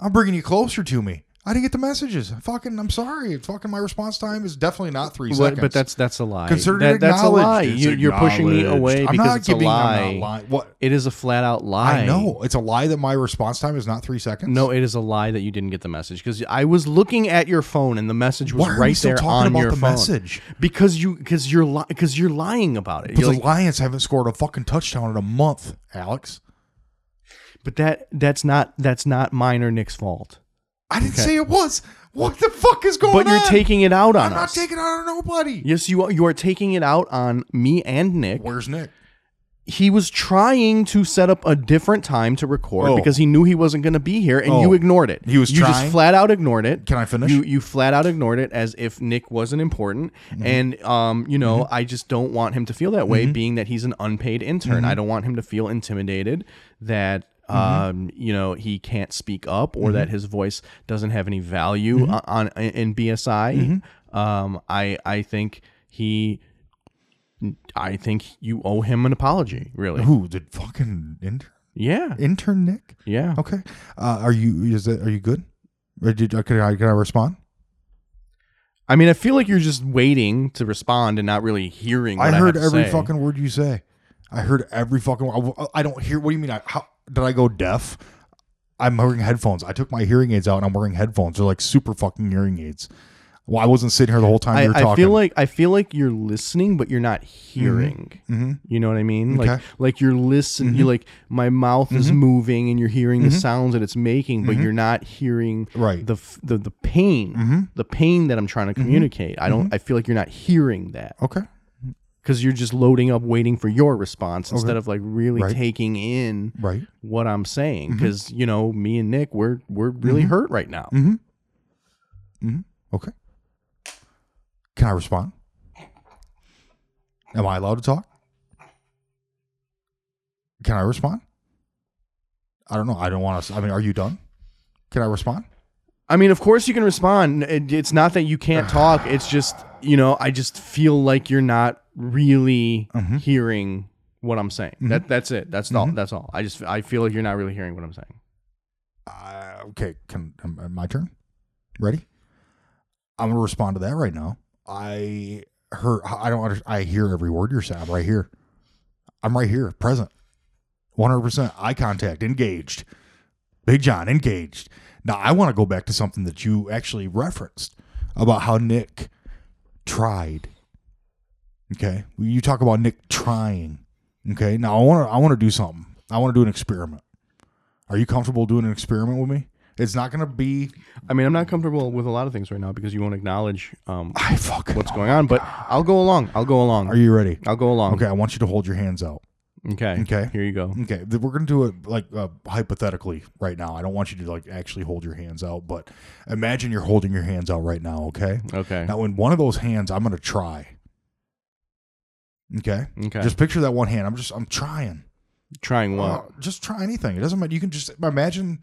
Speaker 3: I'm bringing you closer to me. I didn't get the messages. Fucking, I'm sorry. Fucking, my response time is definitely not three
Speaker 2: What-
Speaker 3: seconds.
Speaker 2: but that's that's a lie.
Speaker 3: considered
Speaker 2: That- that's a
Speaker 3: acknowledged.
Speaker 2: lie.
Speaker 3: It's
Speaker 2: You, you're pushing me
Speaker 3: acknowledged.
Speaker 2: away
Speaker 3: I'm
Speaker 2: because
Speaker 3: not
Speaker 2: it's
Speaker 3: giving,
Speaker 2: a lie.
Speaker 3: I'm not lying. What?
Speaker 2: It is a flat out lie.
Speaker 3: I know it's a lie that my response time is not three seconds.
Speaker 2: No, it is a lie that you didn't get the message because I was looking at your phone and the message was
Speaker 3: Why are we
Speaker 2: right
Speaker 3: still
Speaker 2: there on
Speaker 3: talking about
Speaker 2: your
Speaker 3: the
Speaker 2: phone.
Speaker 3: message?
Speaker 2: Because you because you're li- because you're lying about it.
Speaker 3: but
Speaker 2: You're
Speaker 3: the
Speaker 2: like,
Speaker 3: Lions haven't scored a fucking touchdown in a month, Alex.
Speaker 2: but that that's not that's not mine or Nick's fault.
Speaker 3: I didn't say it was. What the fuck is going on?
Speaker 2: But you're taking it out on
Speaker 3: I'm not
Speaker 2: us.
Speaker 3: taking it out on nobody.
Speaker 2: yes, you are. You are taking it out on me and Nick.
Speaker 3: Where's Nick?
Speaker 2: he was trying to set up a different time to record
Speaker 3: Oh.
Speaker 2: because he knew he wasn't going to be here, and
Speaker 3: Oh.
Speaker 2: you ignored it.
Speaker 3: He was
Speaker 2: you
Speaker 3: trying?
Speaker 2: just flat out ignored it.
Speaker 3: Can I finish?
Speaker 2: You you flat out ignored it as if Nick wasn't important,
Speaker 3: Mm-hmm.
Speaker 2: and um, you know, I just don't want him to feel that way, being that he's an unpaid intern.
Speaker 3: Mm-hmm.
Speaker 2: I don't want him to feel intimidated that. Um, you know, he can't speak up, or
Speaker 3: Mm-hmm.
Speaker 2: that his voice doesn't have any value o- on in BSI.
Speaker 3: Mm-hmm.
Speaker 2: Um, I I think he, I think you owe him an apology. Really,
Speaker 3: Who did fucking intern?
Speaker 2: yeah,
Speaker 3: Intern Nick.
Speaker 2: yeah.
Speaker 3: Okay. Uh, are you? Is that? Are you good? Or did uh, can I can I respond?
Speaker 2: I mean, I feel like you're just waiting to respond and not really hearing. What
Speaker 3: I
Speaker 2: I
Speaker 3: heard
Speaker 2: have to
Speaker 3: every
Speaker 2: say.
Speaker 3: fucking word you say. I heard every fucking. I, I don't hear. What do you mean? I, how did I go deaf? I'm wearing headphones. I took my hearing aids out and I'm wearing headphones. They're like super fucking hearing aids. Well, I wasn't sitting here the whole time you were
Speaker 2: I,
Speaker 3: talking.
Speaker 2: I feel like I feel like you're listening, but you're not hearing.
Speaker 3: Mhm.
Speaker 2: You know what I mean? Like
Speaker 3: Okay. Mm-hmm.
Speaker 2: like you're listening. You like my mouth is moving, and you're hearing the sounds that it's making, but you're not hearing
Speaker 3: Mm-hmm. Right. Mm-hmm.
Speaker 2: the f- the the pain, the pain that I'm trying to communicate. I don't. I feel like you're not hearing that
Speaker 3: okay.
Speaker 2: because you're just loading up, waiting for your response instead of like really
Speaker 3: Right.
Speaker 2: taking in
Speaker 3: Right.
Speaker 2: what I'm saying.
Speaker 3: Mm-hmm.
Speaker 2: Because you know, me and Nick, we're we're really hurt right now.
Speaker 3: Okay. Can I respond? Am I allowed to talk? Can I respond? I don't know. I don't want to. I mean, are you done? Can I respond?
Speaker 2: I mean, of course you can respond. It- It's not that you
Speaker 3: [sighs]
Speaker 2: can't talk. It's just, you know, I just feel like you're not really
Speaker 3: Mm-hmm.
Speaker 2: hearing what I'm saying. That that's it. That's all. That's all. I just I feel like you're not really hearing what I'm saying.
Speaker 3: Uh, okay. Can um, uh, my turn? Ready? I'm gonna respond to that right now. I heard. I don't. Under, I hear every word you're saying. I'm right here. I'm right here, present, 100 percent eye contact, engaged. Big John engaged. Now I want to go back to something that you actually referenced about how Nick tried. Okay, you talk about Nick trying. Okay, now I want to. I want to do something. I want to do an experiment. Are you comfortable doing an experiment with me? It's not going to be.
Speaker 2: I mean, I'm not comfortable with a lot of things right now because you won't acknowledge
Speaker 3: [coughs]
Speaker 2: um,
Speaker 3: I fuck.
Speaker 2: what's going on. But I'll go along. I'll go along.
Speaker 3: Are you ready?
Speaker 2: I'll go along.
Speaker 3: Okay, I want you to hold your hands out.
Speaker 2: Okay.
Speaker 3: Okay.
Speaker 2: Here you go.
Speaker 3: Okay, th- we're gonna do it like uh, hypothetically right now. I don't want you to like actually hold your hands out, but imagine you're holding your hands out right now. Okay.
Speaker 2: Okay.
Speaker 3: Now, in one of those hands, I'm gonna try. Okay.
Speaker 2: okay.
Speaker 3: Just picture that one hand. I'm just I'm trying.
Speaker 2: trying what?
Speaker 3: Uh, just try anything. It doesn't matter. You can just imagine.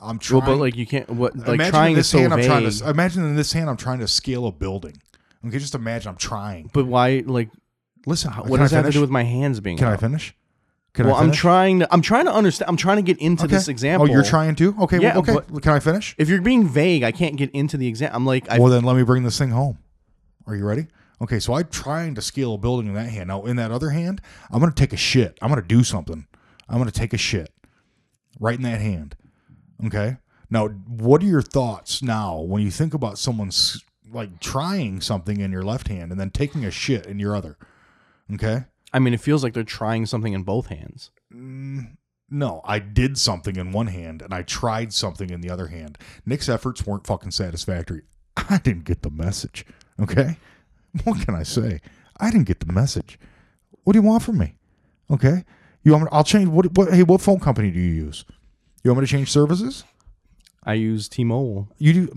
Speaker 3: I'm
Speaker 2: well,
Speaker 3: trying.
Speaker 2: but like you can't. What? Like
Speaker 3: imagine
Speaker 2: trying
Speaker 3: in
Speaker 2: is
Speaker 3: this
Speaker 2: so
Speaker 3: hand, I'm
Speaker 2: vague.
Speaker 3: trying to. Imagine in this hand, I'm trying to scale a building. Okay, just imagine I'm trying.
Speaker 2: but why? Like,
Speaker 3: Listen,
Speaker 2: how-
Speaker 3: can
Speaker 2: what
Speaker 3: I
Speaker 2: does that have to
Speaker 3: finish?
Speaker 2: do with my hands being?
Speaker 3: Can I
Speaker 2: up?
Speaker 3: finish? Can
Speaker 2: well,
Speaker 3: I
Speaker 2: I'm
Speaker 3: finish?
Speaker 2: trying to. I'm trying to understand. I'm trying to get into this example.
Speaker 3: Oh, you're trying to? Okay.
Speaker 2: Yeah,
Speaker 3: well, okay.
Speaker 2: but-
Speaker 3: Can I finish?
Speaker 2: If you're being vague, I can't get into the exam. I'm like, I,
Speaker 3: well, then let me bring this thing home. Are you ready? Okay, so I'm trying to scale a building in that hand. Now, in that other hand, I'm going to take a shit. I'm going to do something. I'm going to take a shit right in that hand. Okay. Now, what are your thoughts now when you think about someone's like trying something in your left hand and then taking a shit in your other? Okay.
Speaker 2: I mean, it feels like they're trying something in both hands.
Speaker 3: No, I did something in one hand and I tried something in the other hand. Nick's efforts weren't fucking satisfactory. I didn't get the message. Okay? What can I say? I didn't get the message. What do you want from me? Okay? You want me, I'll change what, what hey, what phone company do you use? You want me to change services?
Speaker 2: I use T-Mobile.
Speaker 3: You do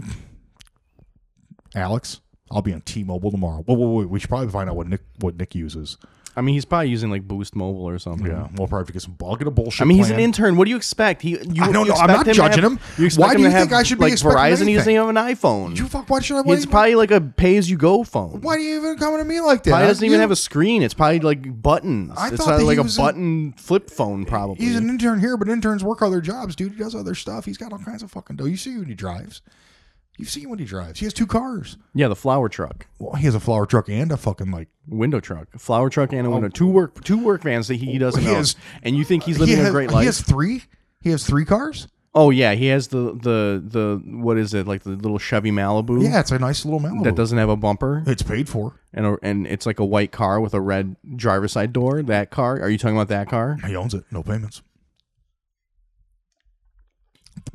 Speaker 3: Alex, I'll be on T Mobile tomorrow. Whoa, whoa, wait, we should probably find out what Nick what Nick uses.
Speaker 2: I mean, he's probably using like Boost Mobile or something.
Speaker 3: We'll probably have to get some I'll get a bullshit.
Speaker 2: I mean, he's
Speaker 3: plan.
Speaker 2: an intern. What do you expect? He, you,
Speaker 3: I don't
Speaker 2: you
Speaker 3: know.
Speaker 2: expect him
Speaker 3: I'm not
Speaker 2: to have-
Speaker 3: judging him.
Speaker 2: You expect
Speaker 3: Why
Speaker 2: him
Speaker 3: do
Speaker 2: to
Speaker 3: you
Speaker 2: have,
Speaker 3: think I should be
Speaker 2: like,
Speaker 3: expecting
Speaker 2: Verizon? He's
Speaker 3: anything?
Speaker 2: doesn't even have an iPhone.
Speaker 3: You fuck. Why should I? Why,
Speaker 2: it's probably like a pay-as-you-go phone.
Speaker 3: why are you even coming to me like that?
Speaker 2: Probably doesn't even
Speaker 3: You-
Speaker 2: have a screen. It's probably like buttons.
Speaker 3: I
Speaker 2: it's
Speaker 3: thought
Speaker 2: not
Speaker 3: that
Speaker 2: like
Speaker 3: he
Speaker 2: a
Speaker 3: was in-
Speaker 2: button flip phone, probably.
Speaker 3: He's an intern here, but interns work other jobs, dude. He does other stuff. He's got all kinds of fucking dough. You see when he drives. You've seen when he drives. He has two cars.
Speaker 2: yeah, the flower truck,
Speaker 3: Well, he has a flower truck and a fucking like.
Speaker 2: window truck, flower truck, and a window. Two work, two work vans that he doesn't
Speaker 3: Oh. He
Speaker 2: own.
Speaker 3: has-
Speaker 2: and you think he's living
Speaker 3: he has,
Speaker 2: a great
Speaker 3: he
Speaker 2: life?
Speaker 3: has three. He has three cars.
Speaker 2: oh yeah, he has the the the what is it like the little Chevy Malibu?
Speaker 3: Yeah, Oh. it's a nice little Malibu.
Speaker 2: That doesn't have a bumper,
Speaker 3: It's paid for.
Speaker 2: and a, and it's like a white car with a red driver's side door. That car? Are you talking about that car?
Speaker 3: He owns it. No payments.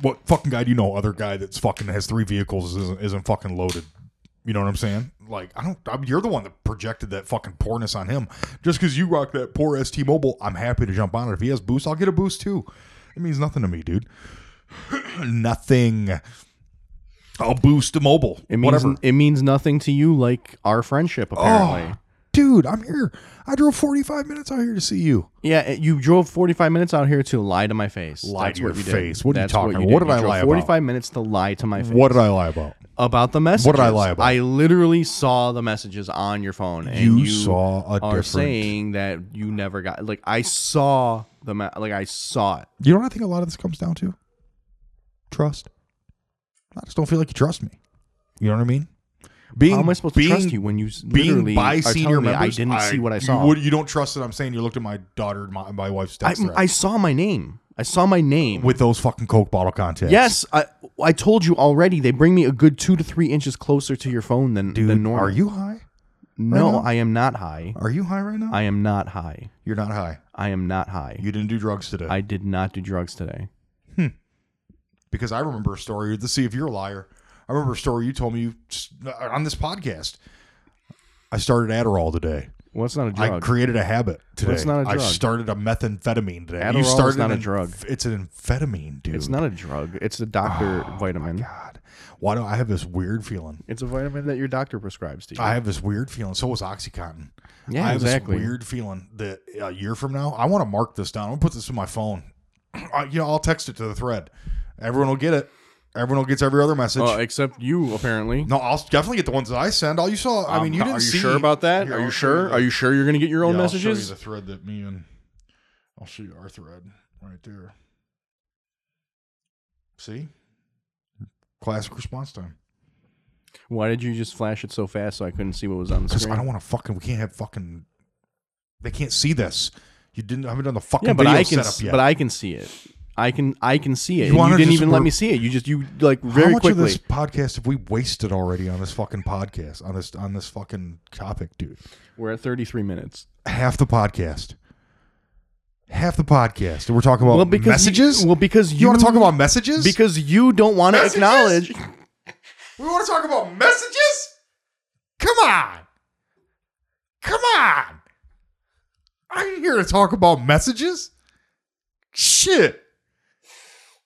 Speaker 3: What fucking guy do you know? Other guy that's fucking has three vehicles isn't, isn't fucking loaded. You know what I'm saying? Like I don't. I'm, you're the one that projected that fucking poorness on him. Just because you rock that poor ST Mobile, I'm happy to jump on it. If he has boost, I'll get a boost too. It means nothing to me, dude. [clears throat] nothing. I'll boost the mobile.
Speaker 2: It means
Speaker 3: whatever.
Speaker 2: it means nothing to you, like our friendship apparently.
Speaker 3: Oh, dude, I'm here. I drove 45 minutes out here to see you.
Speaker 2: Yeah, it- you drove 45 minutes out here to lie to my face.
Speaker 3: Lie
Speaker 2: That's
Speaker 3: to
Speaker 2: what
Speaker 3: your
Speaker 2: you did.
Speaker 3: face. What are you
Speaker 2: That's
Speaker 3: talking
Speaker 2: you
Speaker 3: about? What did
Speaker 2: You
Speaker 3: I
Speaker 2: drove
Speaker 3: lie about?
Speaker 2: 45 minutes to lie to my face
Speaker 3: What did I lie about?
Speaker 2: about the messages.
Speaker 3: What did I lie about?
Speaker 2: I literally saw the messages on your phone, and
Speaker 3: You
Speaker 2: you,
Speaker 3: saw
Speaker 2: are
Speaker 3: a different-
Speaker 2: saying that you never got. Like I saw the ma- like I saw it.
Speaker 3: You know what I think a lot of this comes down to? Trust. I just don't feel like you trust me. You know what I mean? Being,
Speaker 2: How am I supposed to trust you when you s- literally
Speaker 3: Being by
Speaker 2: are
Speaker 3: senior
Speaker 2: telling me I
Speaker 3: members,
Speaker 2: didn't see what I
Speaker 3: you
Speaker 2: saw?
Speaker 3: would- You, don't trust that I'm saying you looked at my daughter, my, my wife's
Speaker 2: I,
Speaker 3: text thread
Speaker 2: I saw my name. I saw my name.
Speaker 3: with those fucking Coke bottle contacts.
Speaker 2: Yes, I I told you already. They bring me a good two to three inches closer to your phone than
Speaker 3: dude.
Speaker 2: than normal.
Speaker 3: Are you high?
Speaker 2: No,
Speaker 3: now?
Speaker 2: I am not high.
Speaker 3: Are you high right now?
Speaker 2: I am not high.
Speaker 3: You're not high.
Speaker 2: I am not high.
Speaker 3: You didn't do drugs today.
Speaker 2: I did not do drugs today.
Speaker 3: because I remember a story. Let's see if you're a liar. I remember a story you told me you on this podcast. I started Adderall today.
Speaker 2: Well, it's not a
Speaker 3: I
Speaker 2: drug.
Speaker 3: created a habit today.
Speaker 2: it's not a
Speaker 3: I
Speaker 2: drug.
Speaker 3: started a methamphetamine today.
Speaker 2: Adderall is
Speaker 3: started
Speaker 2: not
Speaker 3: an
Speaker 2: a drug.
Speaker 3: amph- It's an amphetamine, dude.
Speaker 2: it's not a drug. It's a doctor vitamin.
Speaker 3: God, why do I have this weird feeling?
Speaker 2: Oh It's a vitamin that your doctor prescribes to you.
Speaker 3: I have this weird feeling. So was OxyContin.
Speaker 2: Yeah,
Speaker 3: I have
Speaker 2: exactly.
Speaker 3: this weird feeling that a year from now, I want to mark this down. I'm gonna put this in my phone. [clears throat] I, you know, I'll text it to the thread. Everyone will get it. Everyone will gets every other message.
Speaker 2: Uh, except you, apparently.
Speaker 3: No, I'll definitely get the ones that I send. All you saw, I mean, you
Speaker 2: Um,
Speaker 3: didn't
Speaker 2: Are you
Speaker 3: see.
Speaker 2: sure about that?
Speaker 3: Here,
Speaker 2: are
Speaker 3: I'll
Speaker 2: you
Speaker 3: show
Speaker 2: sure?
Speaker 3: the-
Speaker 2: Are you sure you're going to get your
Speaker 3: yeah,
Speaker 2: own
Speaker 3: I'll show you
Speaker 2: messages?
Speaker 3: the thread that me and I'll show you our thread right there. See, classic response time.
Speaker 2: Why did you just flash it so fast so I couldn't see what was on the
Speaker 3: Because
Speaker 2: screen?
Speaker 3: I don't want to fucking. We can't have fucking. They can't see this. You didn't. I haven't done the fucking
Speaker 2: yeah, but
Speaker 3: video
Speaker 2: I can.
Speaker 3: setup yet.
Speaker 2: But I can see it. I can. I can see it.
Speaker 3: You
Speaker 2: and You,
Speaker 3: wanna
Speaker 2: didn't
Speaker 3: just
Speaker 2: even let
Speaker 3: work-
Speaker 2: me see it. You just you like very
Speaker 3: How much
Speaker 2: quickly.
Speaker 3: of this podcast have we wasted already on this fucking podcast on this on this fucking topic, dude?
Speaker 2: We're at 33 minutes.
Speaker 3: Half the podcast. Half the podcast. And we're talking about messages?
Speaker 2: You, well, because you,
Speaker 3: You want to talk about messages?
Speaker 2: because you don't want to
Speaker 3: Messages?
Speaker 2: acknowledge.
Speaker 3: we want to talk about messages. Come on, come on. I You're going to talk about messages? Shit.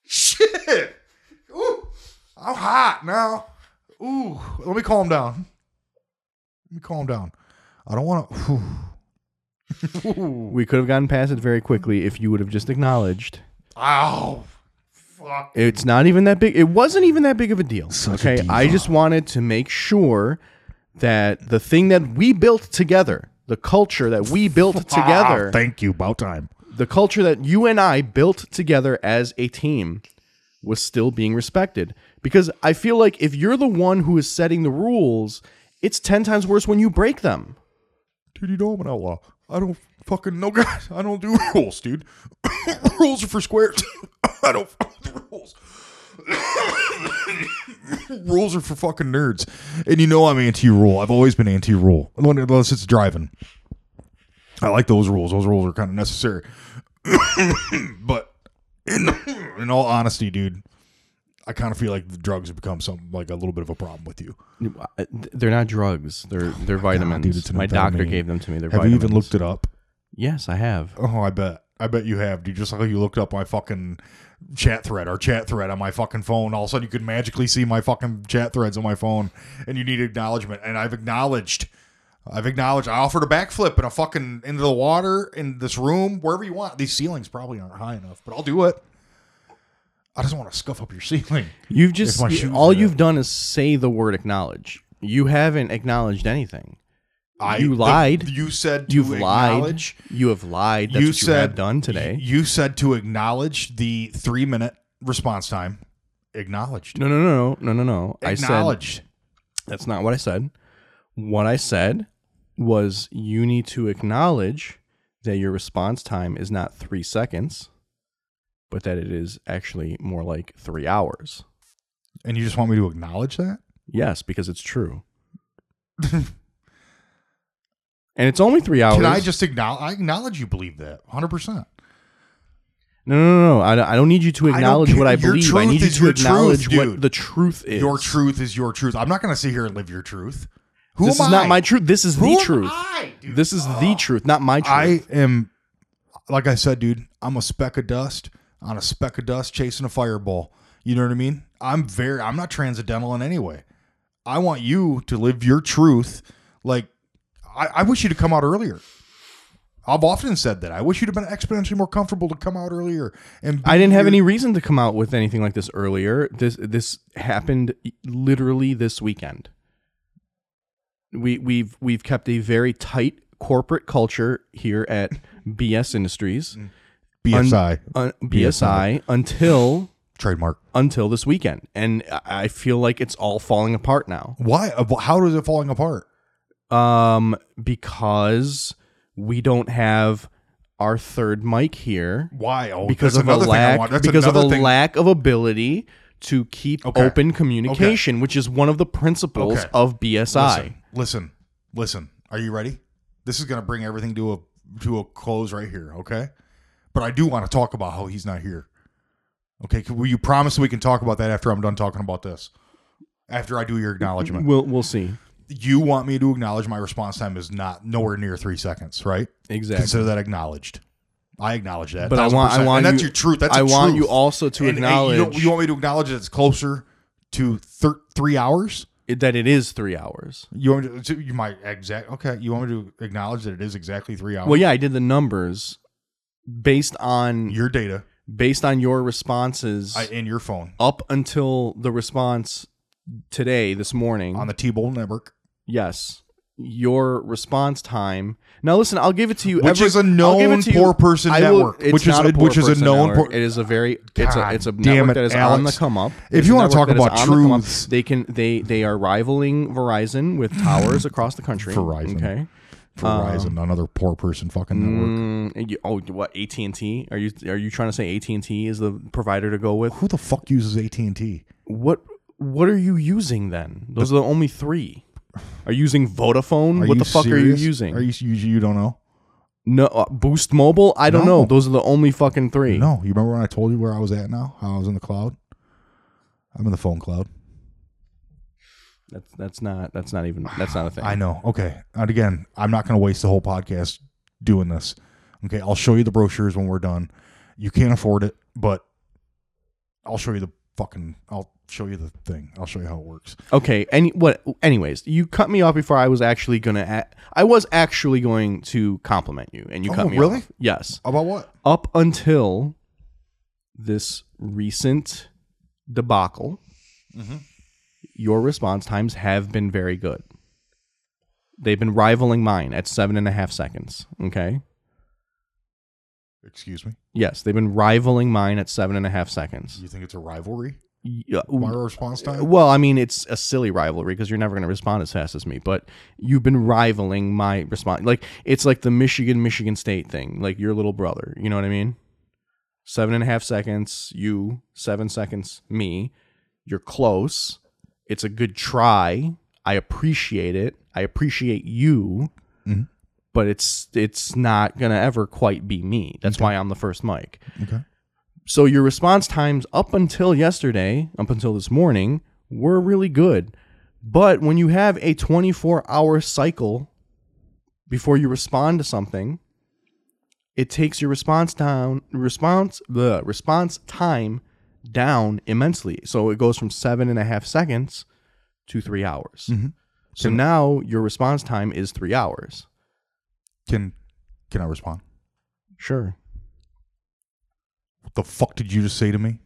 Speaker 3: Shit. Ooh, I'm hot now. Ooh, let me calm down. Let me calm down. I don't [sighs] want to.
Speaker 2: We could have gotten past it very quickly if you would have just acknowledged.
Speaker 3: [laughs] Ow. Fuck.
Speaker 2: It's not even that big. It wasn't even that big of a deal.
Speaker 3: Such a
Speaker 2: okay, I
Speaker 3: diva.
Speaker 2: just wanted to make sure that the thing that we built together, the culture that we [laughs] built
Speaker 3: Ah,
Speaker 2: together,
Speaker 3: thank you. About time.
Speaker 2: the culture that you and I built together as a team was still being respected. Because I feel like if you're the one who is setting the rules, it's 10 times worse when you break them.
Speaker 3: Dude, you know I'm an outlaw. I don't fucking know, guys. I don't do [laughs] rules, dude. [coughs] rules are for squares. [coughs] I don't fucking do rules. rules [coughs] are for fucking nerds. And you know I'm anti-rule. I've always been anti-rule, unless it's driving. I like those rules. Those rules are kind of necessary. [coughs] but in, [coughs] in all honesty, dude, I kind of feel like the drugs have become some like a little bit of a problem with you.
Speaker 2: They're not drugs. They're they're vitamins.
Speaker 3: dude, it's an
Speaker 2: Oh My doctor
Speaker 3: amphetamine.
Speaker 2: gave them to me. They're
Speaker 3: have
Speaker 2: vitamins.
Speaker 3: you even looked it up?
Speaker 2: Yes, I have.
Speaker 3: Oh, I bet. I bet you have, dude. Just like you looked up my fucking chat thread, our chat thread on my fucking phone. All of a sudden, you could magically see my fucking chat threads on my phone, and you need acknowledgement. And I've acknowledged. I've acknowledged. I offered a backflip and a fucking into the water in this room, wherever you want. These ceilings probably aren't high enough, but I'll do it. I just want to scuff up your
Speaker 2: [laughs]
Speaker 3: ceiling.
Speaker 2: You've just
Speaker 3: If my shoes
Speaker 2: all
Speaker 3: are-
Speaker 2: you've done is say the word acknowledge. You haven't acknowledged anything.
Speaker 3: I
Speaker 2: You
Speaker 3: the-
Speaker 2: lied.
Speaker 3: you said to
Speaker 2: You've lied.
Speaker 3: acknowledge.
Speaker 2: You have lied. That's
Speaker 3: you
Speaker 2: what
Speaker 3: said
Speaker 2: you have done today.
Speaker 3: You said to acknowledge the three minute response time. Acknowledged.
Speaker 2: No, no, no, no, no, no, no. I said
Speaker 3: acknowledged.
Speaker 2: that's not what I said. What I said was you need to acknowledge that your response time is not three seconds, but that it is actually more like three hours.
Speaker 3: and you just want me to acknowledge that?
Speaker 2: Yes, because it's
Speaker 3: [laughs]
Speaker 2: true. and Oh, it's only three hours.
Speaker 3: Can I just acknowledge? I acknowledge you believe that 100%.
Speaker 2: No, no, no, no. I don't, I don't need you to
Speaker 3: don't
Speaker 2: acknowledge
Speaker 3: care.
Speaker 2: what I
Speaker 3: Your
Speaker 2: believe. I
Speaker 3: truth
Speaker 2: need you
Speaker 3: is
Speaker 2: to
Speaker 3: your truth,
Speaker 2: acknowledge what
Speaker 3: dude.
Speaker 2: the truth is.
Speaker 3: Your truth is your truth. I'm not going to sit here and live your truth. Who
Speaker 2: This
Speaker 3: am
Speaker 2: is not
Speaker 3: I?
Speaker 2: my truth. This is
Speaker 3: Who
Speaker 2: the
Speaker 3: am
Speaker 2: truth.
Speaker 3: I, dude?
Speaker 2: This is the truth, not my truth.
Speaker 3: I am, like I said, dude, I'm a speck of dust on a speck of dust chasing a fireball. You know what I mean? I'm very, I'm not transcendental in any way. I want you to live your truth. Like, I, I wish you'd have come out earlier. I've often said that. I wish you'd have been exponentially more comfortable to come out earlier. And
Speaker 2: I didn't have
Speaker 3: any.
Speaker 2: any reason to come out with anything like this earlier. This this happened literally this weekend. We we've we've kept a very tight corporate culture here at [laughs] BS Industries,
Speaker 3: Mm. BSI
Speaker 2: un, BSI, until
Speaker 3: trademark.
Speaker 2: until this weekend, and I- I feel like it's all falling apart now.
Speaker 3: Why? uh, How is it falling apart?
Speaker 2: Um, because we don't have our third mic here
Speaker 3: Why? Oh,
Speaker 2: because
Speaker 3: that's
Speaker 2: of a
Speaker 3: another thing I want.
Speaker 2: lack
Speaker 3: That's
Speaker 2: because of a
Speaker 3: another thing.
Speaker 2: lack of ability to keep
Speaker 3: Okay.
Speaker 2: open communication, which is one of the principles
Speaker 3: Okay.
Speaker 2: of BSI.
Speaker 3: Listen, listen, listen. Are you ready? This is going to bring everything to a to a close right here. Okay, but I do want to talk about how he's not here. Okay, can, will you promise we can talk about that after I'm done talking about this? After I do your acknowledgement,
Speaker 2: We'll we'll see
Speaker 3: you want me to acknowledge my response time is not nowhere near three seconds, right?
Speaker 2: exactly.
Speaker 3: Consider that acknowledged. I acknowledge that.
Speaker 2: but I want I
Speaker 3: 1000%.
Speaker 2: want
Speaker 3: and that's
Speaker 2: you,
Speaker 3: your truth. That's
Speaker 2: I
Speaker 3: a
Speaker 2: want
Speaker 3: truth.
Speaker 2: you also to
Speaker 3: And- and you don't-
Speaker 2: acknowledge
Speaker 3: you, want me to acknowledge that it's closer to thir- three hours?
Speaker 2: that it is three hours.
Speaker 3: You want me to, to- you might exact okay. You want me to acknowledge that it is exactly three hours?
Speaker 2: Well, yeah, I did the numbers based on
Speaker 3: your data
Speaker 2: based on your responses
Speaker 3: I, in your phone
Speaker 2: up until the response today this morning.
Speaker 3: on the T-Bowl network,
Speaker 2: yes, your response time. Now listen, I'll give it to you.
Speaker 3: which
Speaker 2: every-
Speaker 3: is a
Speaker 2: I'll give
Speaker 3: known
Speaker 2: it to you-
Speaker 3: poor person
Speaker 2: I will-
Speaker 3: network,
Speaker 2: it's
Speaker 3: which is
Speaker 2: not
Speaker 3: a,
Speaker 2: poor
Speaker 3: which is a
Speaker 2: person
Speaker 3: known.
Speaker 2: network.
Speaker 3: Por-
Speaker 2: it is a very it's a
Speaker 3: God
Speaker 2: it's a
Speaker 3: damn
Speaker 2: network
Speaker 3: it,
Speaker 2: that is on the
Speaker 3: Alex.
Speaker 2: come up.
Speaker 3: If
Speaker 2: It's
Speaker 3: you
Speaker 2: a
Speaker 3: wanna
Speaker 2: network
Speaker 3: talk
Speaker 2: that is
Speaker 3: about
Speaker 2: on the come up.
Speaker 3: truths.
Speaker 2: they can they they are rivaling Verizon with
Speaker 3: [sighs]
Speaker 2: towers across the country.
Speaker 3: Verizon.
Speaker 2: okay.
Speaker 3: Verizon, another poor person fucking network.
Speaker 2: Um, Mm, and you, oh, what AT and T? Are you are you trying to say AT and T is the provider to go with?
Speaker 3: Who the fuck uses AT and T?
Speaker 2: What what are you using then? Those are the only three. Are you using Vodafone? What the fuck are you using?
Speaker 3: Are you you, you don't know?
Speaker 2: no uh, Boost Mobile? I don't
Speaker 3: No.
Speaker 2: know. Those are the only fucking three.
Speaker 3: No, you remember when I told you where I was at now? How I was in the cloud. I'm in the phone cloud.
Speaker 2: That's that's not that's
Speaker 3: [sighs]
Speaker 2: not even that's not a thing.
Speaker 3: I know. Okay. And again, I'm not going to waste the whole podcast doing this. Okay, I'll show you the brochures when we're done. You can't afford it, but I'll show you the fucking. I'll show you the thing. I'll show you how it works.
Speaker 2: Okay. Any what? Anyways, you cut me off before I was actually gonna. A- I was actually going to compliment you, and you
Speaker 3: Oh,
Speaker 2: cut me
Speaker 3: really?
Speaker 2: off. Yes.
Speaker 3: About what?
Speaker 2: Up until this recent debacle,
Speaker 3: Mm-hmm.
Speaker 2: your response times have been very good. They've been rivaling mine at seven and a half seconds. Okay.
Speaker 3: Excuse me.
Speaker 2: Yes, they've been rivaling mine at seven and a half seconds.
Speaker 3: You think it's a rivalry?
Speaker 2: Yeah,
Speaker 3: My response time.
Speaker 2: uh, Well, I mean, it's a silly rivalry because you're never going to respond as fast as me, but you've been rivaling my response. Like, it's like the Michigan, Michigan State thing, like your little brother. You know what I mean? Seven and a half seconds, you, seven seconds, me. You're close. It's a good try. I appreciate it. I appreciate you,
Speaker 3: Mhm.
Speaker 2: but it's it's not going to ever quite be me. That's why I'm the first mic.
Speaker 3: Okay.
Speaker 2: So your response times up until yesterday, up until this morning, were really good. But when you have a 24 hour cycle before you respond to something, it takes your response down response the response time down immensely. So it goes from seven and a half seconds to three hours.
Speaker 3: Mhm.
Speaker 2: So now your response time is three hours.
Speaker 3: Can can I respond?
Speaker 2: Sure.
Speaker 3: What the fuck did you just say to me?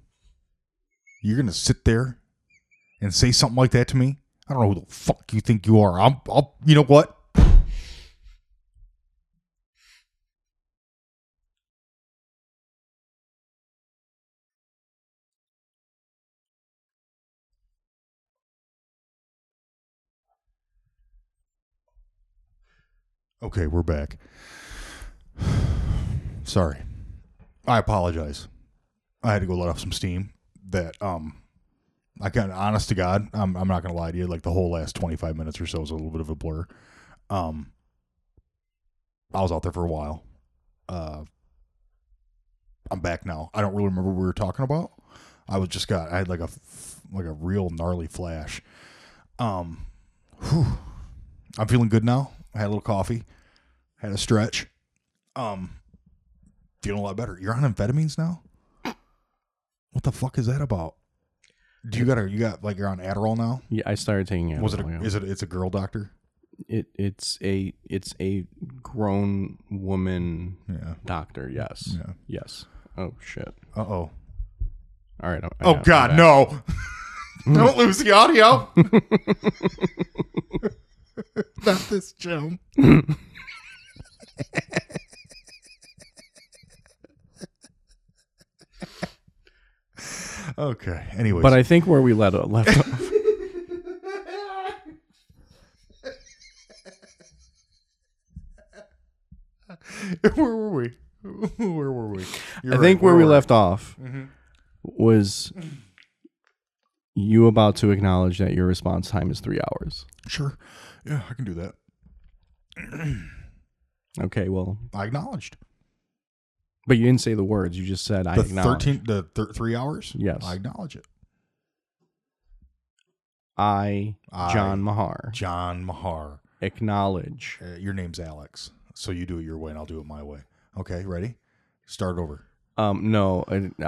Speaker 3: You're gonna sit there and say something like that to me? I don't know who the fuck you think you are. I'm. I'll. You know what? Okay, we're back. [sighs] Sorry. I apologize. I had to go let off some steam. That um, I can honest to God, I'm I'm not gonna lie to you. Like the whole last 25 minutes or so was a little bit of a blur. Um, I was out there for a while. Uh, I'm back now. I don't really remember what we were talking about. I was just got I had like a f- like a real gnarly flash. Um, whew. I'm feeling good now. I had a little coffee, had a stretch. Um feeling a lot better. You're on amphetamines now? What the fuck is that about? Do you got to you got like you're on Adderall now?
Speaker 2: Yeah, oh, I started taking it.
Speaker 3: Was it a,
Speaker 2: earlier.
Speaker 3: is it it's a girl doctor?
Speaker 2: it it's a it's a grown woman
Speaker 3: Yeah.
Speaker 2: doctor yes
Speaker 3: Yeah.
Speaker 2: yes oh shit
Speaker 3: Uh-oh.
Speaker 2: all right I- I
Speaker 3: Oh
Speaker 2: got it.
Speaker 3: god,
Speaker 2: I'm
Speaker 3: no.
Speaker 2: [laughs]
Speaker 3: Don't lose the audio. [laughs] Not this
Speaker 2: [laughs]
Speaker 3: gem. okay. Anyways.
Speaker 2: back. but i think where we let
Speaker 3: [laughs]
Speaker 2: left off
Speaker 3: [laughs] where were we? Where were Mm-hmm. we?
Speaker 2: i think where we left off was you about to acknowledge that your response time is three hours
Speaker 3: Sure. Yeah, I can do that.
Speaker 2: okay well
Speaker 3: I acknowledged
Speaker 2: but you didn't say the words you just said i
Speaker 3: the
Speaker 2: acknowledge
Speaker 3: thirteen, the thir- three hours.
Speaker 2: Yes.
Speaker 3: I acknowledge it.
Speaker 2: i
Speaker 3: I-
Speaker 2: john mahar
Speaker 3: John Mahar,
Speaker 2: acknowledge
Speaker 3: uh, your name's Alex, so you do it your way, and I'll do it my way. Okay, ready? Start over.
Speaker 2: um no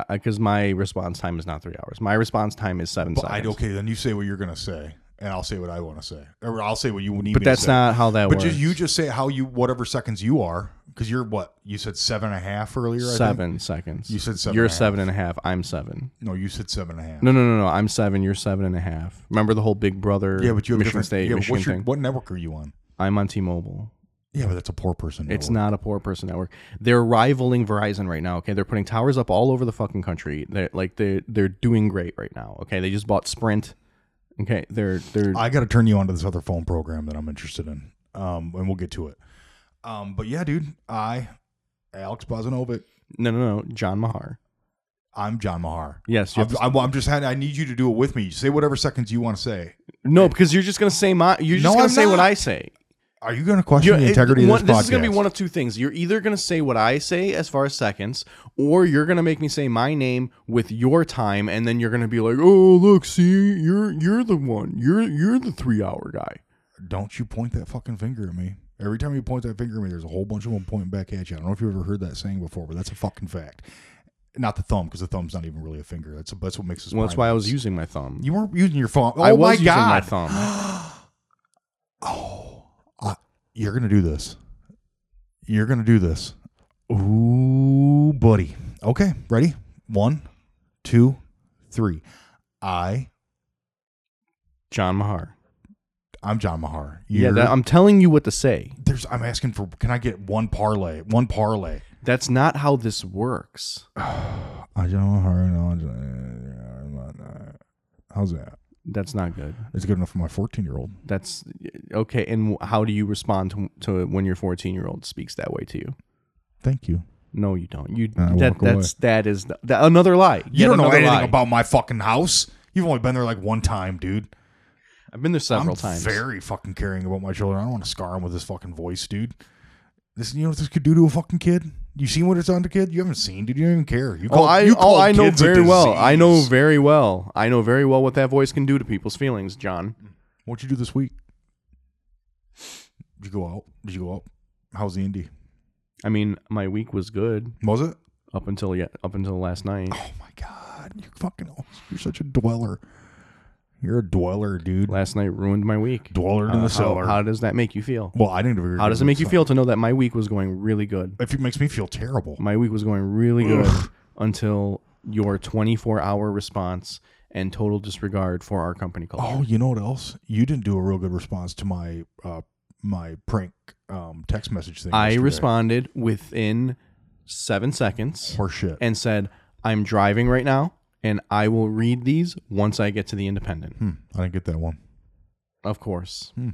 Speaker 2: because my response time is not three hours my response time is seven
Speaker 3: But I
Speaker 2: seconds
Speaker 3: okay, then you say what you're gonna say, and I'll say what I want to say, or I'll say what you need. me
Speaker 2: but
Speaker 3: to
Speaker 2: that's
Speaker 3: say.
Speaker 2: not how that
Speaker 3: But
Speaker 2: works
Speaker 3: just you just say how you whatever seconds you are, because you're what you said seven and a half earlier. I think?
Speaker 2: seven seconds.
Speaker 3: You said seven
Speaker 2: You're
Speaker 3: and a half.
Speaker 2: seven and a half. I'm seven.
Speaker 3: No, you said seven and a half.
Speaker 2: No, no, no, no. I'm seven. You're seven and a half. Remember the whole Big Brother
Speaker 3: Yeah, but you have a
Speaker 2: Michigan
Speaker 3: different.
Speaker 2: State
Speaker 3: yeah, but
Speaker 2: Michigan
Speaker 3: what's your,
Speaker 2: thing.
Speaker 3: what network are you on?
Speaker 2: I'm on T-Mobile.
Speaker 3: Yeah, but that's a poor person.
Speaker 2: It's
Speaker 3: network.
Speaker 2: not a poor person network. They're rivaling Verizon right now. Okay, they're putting towers up all over the fucking country. They're like they they're doing great right now. Okay, they just bought Sprint. Okay, they're they're
Speaker 3: I got to turn you on to this other phone program that I'm interested in, um, and we'll get to it. Um, but yeah, dude, I, Alex Bozanovic,
Speaker 2: no no no. John Mahar.
Speaker 3: I'm John Mahar.
Speaker 2: Yes, you have
Speaker 3: I'm, I'm, I'm just had. I need you to do it with me. Say whatever seconds you want to say.
Speaker 2: no because you're just gonna say my. You're just
Speaker 3: No,
Speaker 2: gonna
Speaker 3: I'm
Speaker 2: say what
Speaker 3: not.
Speaker 2: I say.
Speaker 3: Are you going to question
Speaker 2: You're-
Speaker 3: the
Speaker 2: it-
Speaker 3: integrity of this
Speaker 2: one-
Speaker 3: podcast?
Speaker 2: is going to be one of two things. You're either going to say what I say as far as seconds, or you're going to make me say my name with your time, and then you're going to be like, "Oh, look, see, you're you're the one. You're you're the three hour guy."
Speaker 3: Don't you point that fucking finger at me. Every time you point that finger at me, there's a whole bunch of them pointing back at you. I don't know if you've ever heard that saying before, but that's a fucking fact. Not the thumb, because the thumb's not even really a finger. That's that's what makes us.
Speaker 2: Well, that's why I was using my thumb.
Speaker 3: You weren't using your thumb. Oh
Speaker 2: I was
Speaker 3: my
Speaker 2: using
Speaker 3: god!
Speaker 2: my thumb. [gasps]
Speaker 3: You're gonna do this. You're gonna do this. Ooh, buddy. Okay, ready? One, two, three. I
Speaker 2: John Mahar.
Speaker 3: I'm John Mahar.
Speaker 2: Yeah,
Speaker 3: You're-
Speaker 2: that, I'm telling you what to say.
Speaker 3: there's. I'm asking for. Can I get one parlay? One parlay.
Speaker 2: That's not how this works.
Speaker 3: I John Mahar. no, I John- How's that?
Speaker 2: That's not good.
Speaker 3: It's good enough for my 14 year old.
Speaker 2: That's okay. And how do you respond to, to it when your 14 year old speaks that way to you?
Speaker 3: Thank you.
Speaker 2: No, you don't. You
Speaker 3: I
Speaker 2: that
Speaker 3: walk away.
Speaker 2: that's that is the, that, another lie.
Speaker 3: You don't know anything about my fucking house. You've only been there like one time, dude.
Speaker 2: I've been there several
Speaker 3: I'm
Speaker 2: times.
Speaker 3: very fucking caring about my children. I don't want to scar them with this fucking voice, dude. This, you know what this could do to a fucking kid? You seen what it's done to kid? You haven't seen, dude. You don't even care. You
Speaker 2: Oh,
Speaker 3: call,
Speaker 2: I,
Speaker 3: you
Speaker 2: oh,
Speaker 3: call
Speaker 2: I know
Speaker 3: kids a
Speaker 2: very well. I know
Speaker 3: disease.
Speaker 2: very well. I know very well what that voice can do to people's feelings, John.
Speaker 3: What'd you do this week? Did you go out? Did you go out? How's the indie?
Speaker 2: I mean, my week was good
Speaker 3: Was it?
Speaker 2: up until yeah, up until last night.
Speaker 3: Oh my god! You fucking, oh, you're such a dweller. You're a dweller, dude.
Speaker 2: Last night ruined my week.
Speaker 3: Dweller in
Speaker 2: Uh,
Speaker 3: the
Speaker 2: how-
Speaker 3: cellar.
Speaker 2: How does that make you feel?
Speaker 3: well, I didn't. agree
Speaker 2: How does it
Speaker 3: with
Speaker 2: make you
Speaker 3: that.
Speaker 2: feel to know that my week was going really good?
Speaker 3: If it makes me feel terrible.
Speaker 2: My week was going really good until your 24 hour response and total disregard for our company culture.
Speaker 3: Oh, you know what else? You didn't do a real good response to my uh my prank um text message thing.
Speaker 2: I
Speaker 3: yesterday.
Speaker 2: responded within seven seconds
Speaker 3: Horse shit.
Speaker 2: and said, I'm driving right now and I will read these once I get to the independent.
Speaker 3: Hmm, I didn't get that one.
Speaker 2: Of course.
Speaker 3: Hmm.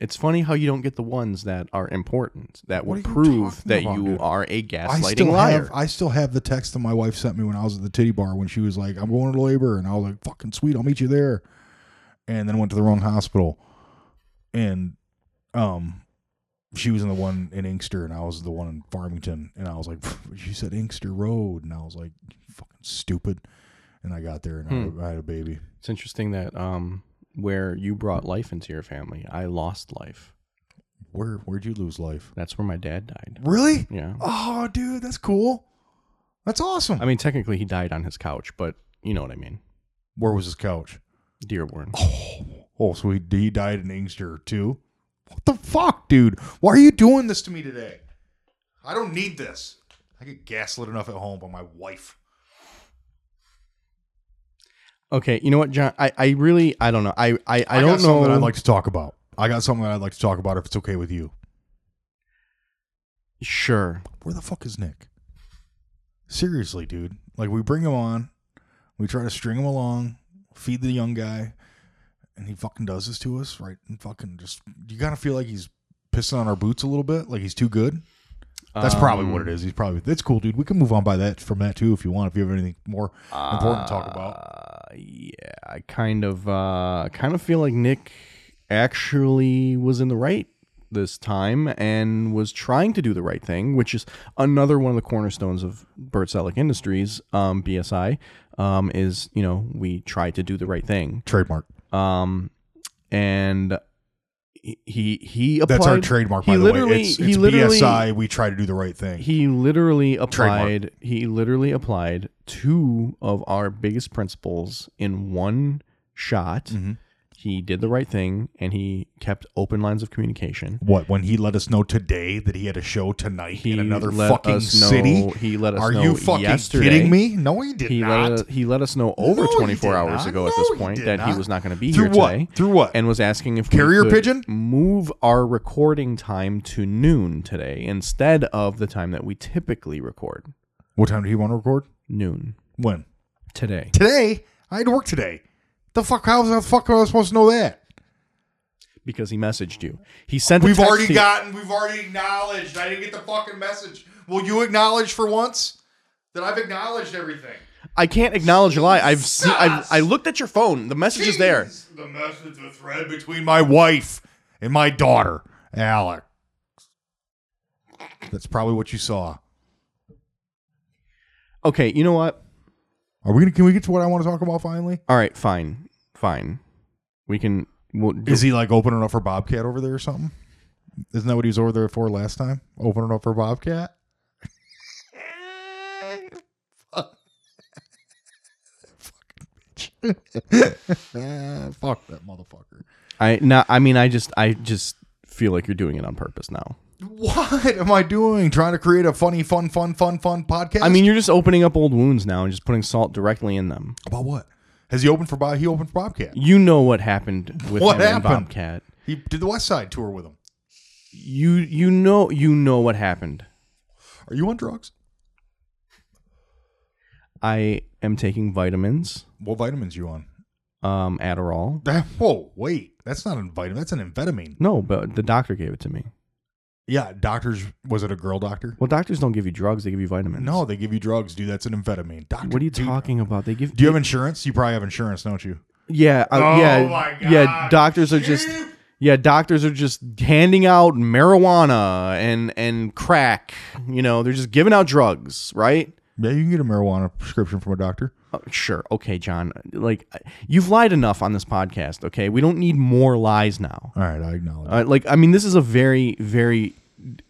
Speaker 2: It's funny how you don't get the ones that are important that
Speaker 3: What
Speaker 2: would
Speaker 3: are you
Speaker 2: prove
Speaker 3: talking
Speaker 2: that
Speaker 3: about,
Speaker 2: you
Speaker 3: dude?
Speaker 2: are a
Speaker 3: I
Speaker 2: gaslighting
Speaker 3: still
Speaker 2: liar.
Speaker 3: have I still have the text that my wife sent me when I was at the titty bar when she was like, "I'm going to labor," and I was like, "Fucking sweet, I'll meet you there," and then went to the wrong hospital, and um, she was in the one in Inkster and I was the one in Farmington, and I was like, "She said Inkster Road," and I was like, "Fucking stupid," and I got there and I,
Speaker 2: Hmm.
Speaker 3: had, I had a baby.
Speaker 2: It's interesting that um, where you brought life into your family, I lost life.
Speaker 3: Where where'd you lose life?
Speaker 2: That's where my dad died.
Speaker 3: Really?
Speaker 2: Yeah.
Speaker 3: Oh, dude, that's cool. That's awesome.
Speaker 2: I mean, technically, he died on his couch, but you know what I mean.
Speaker 3: Where was his couch?
Speaker 2: Dearborn.
Speaker 3: Oh, so he, he died in Inkster too. What the fuck, dude? Why are you doing this to me today? I don't need this. I get gaslit enough at home by my wife.
Speaker 2: Okay, you know what, John? I, I really, I don't know. I, I, I,
Speaker 3: got
Speaker 2: don't know.
Speaker 3: something that I'd like to talk about. I got something that I'd like to talk about if it's okay with you.
Speaker 2: Sure.
Speaker 3: Where the fuck is Nick? Seriously, dude. Like we bring him on, we try to string him along, feed the young guy, and he fucking does this to us, right? And fucking just you gotta feel like he's pissing on our boots a little bit, like he's too good. That's probably
Speaker 2: Um,
Speaker 3: what it is. He's probably that's cool, dude. We can move on by that from that too if you want. If you have anything more important to talk about,
Speaker 2: Uh, yeah, I kind of, uh, kind of feel like Nick actually was in the right this time and was trying to do the right thing, which is another one of the cornerstones of Bert Selick Industries, um, BSI, um, is you know we try to do the right thing,
Speaker 3: trademark.
Speaker 2: um, and he he, he applied.
Speaker 3: That's our trademark.
Speaker 2: he
Speaker 3: By the way,
Speaker 2: literally-
Speaker 3: it's,
Speaker 2: he
Speaker 3: it's
Speaker 2: literally-
Speaker 3: BSI. We try to do the right thing.
Speaker 2: He literally
Speaker 3: Trademark.
Speaker 2: applied. He literally applied two of our biggest principles in one shot.
Speaker 3: Mhm.
Speaker 2: He did the right thing, and he kept open lines of communication.
Speaker 3: What when he let us know today that he had a show tonight
Speaker 2: He
Speaker 3: in another
Speaker 2: let
Speaker 3: fucking
Speaker 2: us know-
Speaker 3: city?
Speaker 2: He let us
Speaker 3: Are
Speaker 2: know
Speaker 3: you fucking
Speaker 2: yesterday.
Speaker 3: kidding me? No, he did
Speaker 2: He
Speaker 3: not.
Speaker 2: let, he let us know over
Speaker 3: No, he
Speaker 2: 24
Speaker 3: did
Speaker 2: hours
Speaker 3: not.
Speaker 2: ago at
Speaker 3: No,
Speaker 2: this
Speaker 3: he
Speaker 2: point
Speaker 3: did
Speaker 2: that he
Speaker 3: not.
Speaker 2: was not going to be
Speaker 3: Through
Speaker 2: here
Speaker 3: what?
Speaker 2: today.
Speaker 3: Through what?
Speaker 2: And was asking if
Speaker 3: Carrier
Speaker 2: we could
Speaker 3: pigeon?
Speaker 2: move our recording time to noon today instead of the time that we typically record
Speaker 3: what time did he want to record?
Speaker 2: noon
Speaker 3: When
Speaker 2: today.
Speaker 3: today? I had to work today. The fuck? How the fuck was I supposed to know that?
Speaker 2: because he messaged you. He sent. a
Speaker 3: We've
Speaker 2: text
Speaker 3: already
Speaker 2: to you.
Speaker 3: gotten, we've already acknowledged. I didn't get the fucking message. Will you acknowledge for once that I've acknowledged everything?
Speaker 2: I can't acknowledge a lie. I've seen. I've, I looked at your phone. The message is there.
Speaker 3: Jeez, The message, the thread between my wife and my daughter, Alec. That's probably what you saw.
Speaker 2: Okay, you know what?
Speaker 3: Are we gonna? Can we get to what I want to talk about finally?
Speaker 2: All right, fine, fine. We can. We'll,
Speaker 3: Is he like opening up for Bobcat over there or something? Isn't that what he was over there for last time? Opening up for Bobcat? Fucking bitch. [laughs] Fuck that motherfucker.
Speaker 2: I no, I mean, I just, I just feel like you're doing it on purpose now.
Speaker 3: What am I doing? Trying to create a funny, fun, fun, fun, fun podcast?
Speaker 2: I mean, you're just opening up old wounds now and just putting salt directly in them.
Speaker 3: about what? Has he opened for Bob? He opened for Bobcat.
Speaker 2: You know what happened with
Speaker 3: What
Speaker 2: him and
Speaker 3: happened?
Speaker 2: Bobcat.
Speaker 3: He did the West Side tour with him.
Speaker 2: You, you know, you know what happened.
Speaker 3: Are you on drugs?
Speaker 2: I am taking vitamins,
Speaker 3: What vitamins you on?
Speaker 2: um, Adderall.
Speaker 3: That, whoa, wait. That's not a vitamin. That's an amphetamine.
Speaker 2: No, but the doctor gave it to me.
Speaker 3: Yeah, doctors. Was it a girl doctor?
Speaker 2: Well, doctors don't give you drugs; they give you vitamins.
Speaker 3: No, they give you drugs, dude. That's an amphetamine. Doctor,
Speaker 2: What are you
Speaker 3: dude,
Speaker 2: talking about? They give
Speaker 3: Do you have insurance? You probably have insurance, don't you?
Speaker 2: yeah, uh,
Speaker 3: Oh
Speaker 2: yeah,
Speaker 3: my
Speaker 2: yeah.
Speaker 3: God.
Speaker 2: Doctors are just yeah, doctors are just handing out marijuana and and crack. You know, they're just giving out drugs, right?
Speaker 3: Yeah, you can get a marijuana prescription from a doctor.
Speaker 2: Oh, sure, okay, John. Like you've lied enough on this podcast. Okay, we don't need more lies now.
Speaker 3: All right, I acknowledge.
Speaker 2: Uh, like I mean, this is a very very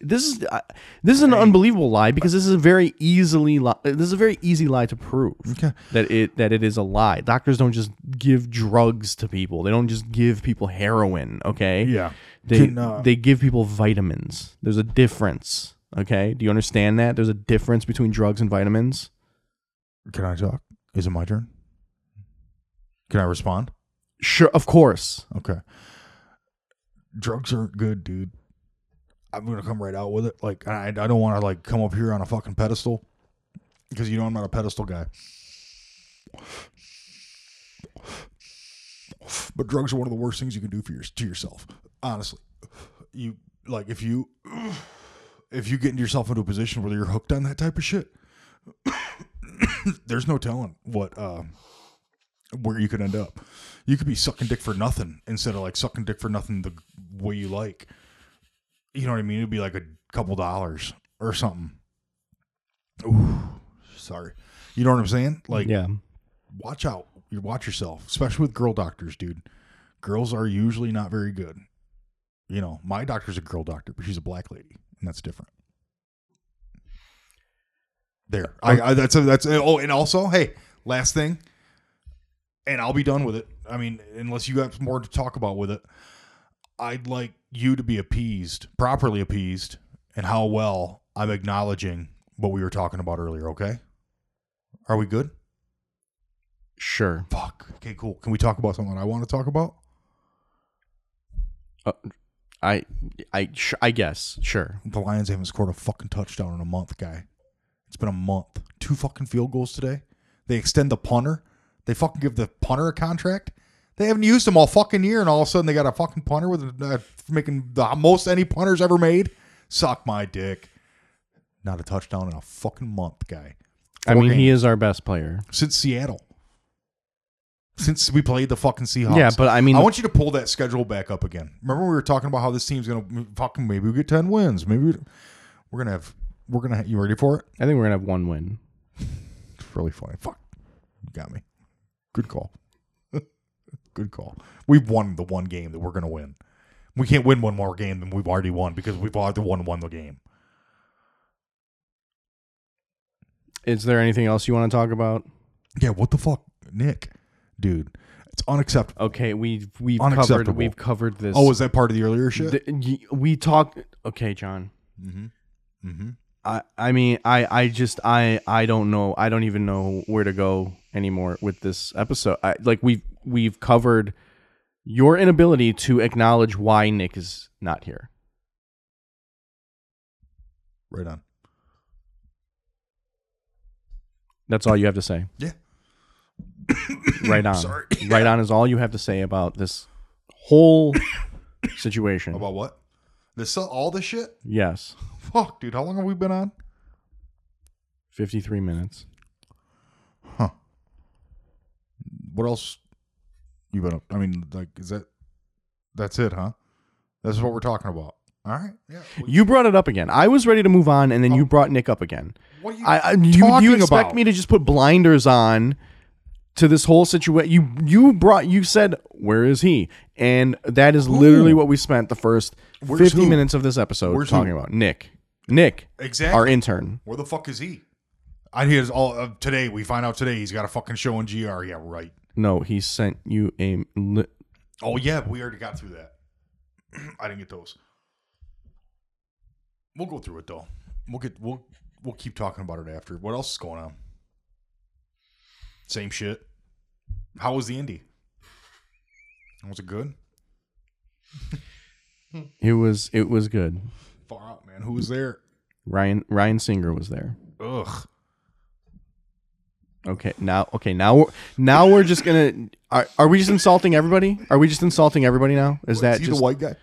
Speaker 2: this is uh, this is an unbelievable lie because this is a very easily li- this is a very easy lie to prove
Speaker 3: Okay.
Speaker 2: that it that it is a lie. Doctors don't just give drugs to people. They don't just give people heroin. Okay.
Speaker 3: Yeah.
Speaker 2: They
Speaker 3: Can, uh,
Speaker 2: they give people vitamins. There's a difference. Okay. Do you understand that? There's a difference between drugs and vitamins.
Speaker 3: Can I talk? Is it my turn? Can I respond?
Speaker 2: Sure, of course.
Speaker 3: Okay. Drugs aren't good, dude. I'm gonna come right out with it. Like I, I don't want to like come up here on a fucking pedestal because you know I'm not a pedestal guy. But drugs are one of the worst things you can do for your to yourself. Honestly, you like if you if you get yourself into a position where you're hooked on that type of shit, [coughs] there's no telling what uh, where you could end up. You could be sucking dick for nothing instead of like sucking dick for nothing the way you like. You know what I mean? It'd be like a couple dollars or something. Ooh, sorry. You know what I'm saying? Like,
Speaker 2: Yeah.
Speaker 3: watch out. You watch yourself, especially with girl doctors, dude. Girls are usually not very good. You know, my doctor's a girl doctor, but she's a black lady, and that's different. There, I, I that's a, that's a, oh, and also, hey, last thing, and I'll be done with it. I mean, unless you have more to talk about with it, I'd like you to be appeased, properly appeased, and how well I'm acknowledging what we were talking about earlier. Okay, are we good?
Speaker 2: Sure.
Speaker 3: Fuck. Okay, cool. Can we talk about something I want to talk about?
Speaker 2: I I sh- I guess. Sure.
Speaker 3: The Lions haven't scored a fucking touchdown in a month, guy. It's been a month. Two fucking field goals today. They extend the punter. They fucking give the punter a contract. They haven't used him all fucking year, and all of a sudden they got a fucking punter with uh, making the most any punters ever made. Suck my dick. Not a touchdown in a fucking month, guy.
Speaker 2: I
Speaker 3: Four
Speaker 2: mean, he
Speaker 3: games.
Speaker 2: is our best player.
Speaker 3: since Seattle. Since we played the fucking Seahawks.
Speaker 2: Yeah, but I mean-
Speaker 3: I want you to pull that schedule back up again. Remember, we were talking about how this team's gonna m- fucking maybe we get ten wins. Maybe we, we're gonna have we're gonna ha you ready for it?
Speaker 2: I think we're gonna have one win.
Speaker 3: It's really funny. Fuck, you got me. Good call. [laughs] Good call. We've won the one game that we're gonna win. We can't win one more game than we've already won because we've already won won the game.
Speaker 2: Is there anything else you want to talk about?
Speaker 3: Yeah, what the fuck, Nick, dude? It's unacceptable.
Speaker 2: Okay, we we've covered
Speaker 3: Unacceptable.
Speaker 2: we've covered this.
Speaker 3: Oh, is that part of the earlier shit?
Speaker 2: Th- y- we talked. Okay, John.
Speaker 3: mm-hmm. Mm-hmm.
Speaker 2: I I mean I I just I I don't know. I don't even know where to go anymore with this episode. I like we've we've covered your inability to acknowledge why Nick is not here.
Speaker 3: Right on.
Speaker 2: That's all you have to say.
Speaker 3: [coughs] Yeah.
Speaker 2: Right on.
Speaker 3: Sorry.
Speaker 2: Right on is all you have to say about this
Speaker 3: [coughs]
Speaker 2: whole situation.
Speaker 3: About what? This all this shit?
Speaker 2: yes.
Speaker 3: Fuck, dude. How long have we been on?
Speaker 2: 53 minutes.
Speaker 3: What else? You been up? I mean, like, is that? That's it, huh? That's what we're talking about. All right. Yeah. What,
Speaker 2: You brought it up again. I was ready to move on, and then you
Speaker 3: Oh.
Speaker 2: brought Nick up again.
Speaker 3: what are you
Speaker 2: I, I you, you
Speaker 3: talking
Speaker 2: expect
Speaker 3: about?
Speaker 2: me to just put blinders on to this whole situation. You you brought you said where is he, and that is literally what we spent the first
Speaker 3: Where's
Speaker 2: fifty
Speaker 3: who?
Speaker 2: minutes of this episode
Speaker 3: Where's
Speaker 2: talking
Speaker 3: who?
Speaker 2: about. Nick, Nick,
Speaker 3: Exactly.
Speaker 2: our intern.
Speaker 3: Where the fuck is he? I hear it's all uh, today. We find out today he's got a fucking show in GR. Yeah, right.
Speaker 2: No, he sent you a. Li-
Speaker 3: Oh yeah, we already got through that. [clears throat] I didn't get those. We'll go through it though. We'll get we'll we'll keep talking about it after. What else is going on? Same shit. How was the indie? Was it good?
Speaker 2: it was it was good.
Speaker 3: Far out, man. Who was there?
Speaker 2: Ryan Ryan Singer was there.
Speaker 3: Ugh.
Speaker 2: Okay, now okay now we're, now we're just gonna are, are we just insulting everybody? Are we just insulting everybody now? Is that
Speaker 3: he
Speaker 2: just
Speaker 3: the white guy?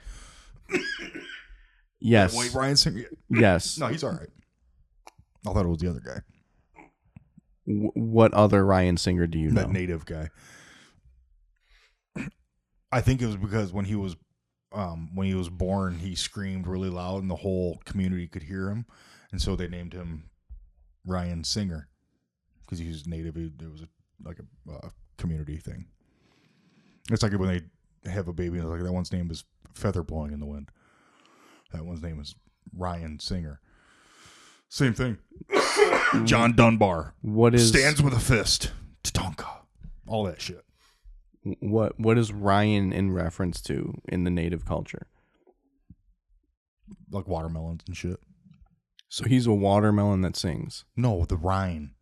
Speaker 2: yes
Speaker 3: White Ryan Singer?
Speaker 2: yes?
Speaker 3: No, he's all right. I thought it was the other guy,
Speaker 2: W- what other Ryan Singer do you know?
Speaker 3: that native guy. I think it was because when he was um, when he was born, he screamed really loud, and the whole community could hear him, and so they named him Ryan Singer because he was native. It it was like a uh, community thing. It's like when they have a baby, and like that one's name is Feather Blowing in the Wind. That one's name is Ryan Singer. Same thing. [coughs] John Dunbar
Speaker 2: What is
Speaker 3: stands with a fist. Tatanka. All that shit.
Speaker 2: what what is Ryan in reference to in the native culture?
Speaker 3: Like watermelons and shit.
Speaker 2: So he's a watermelon that sings.
Speaker 3: No, the Rhine.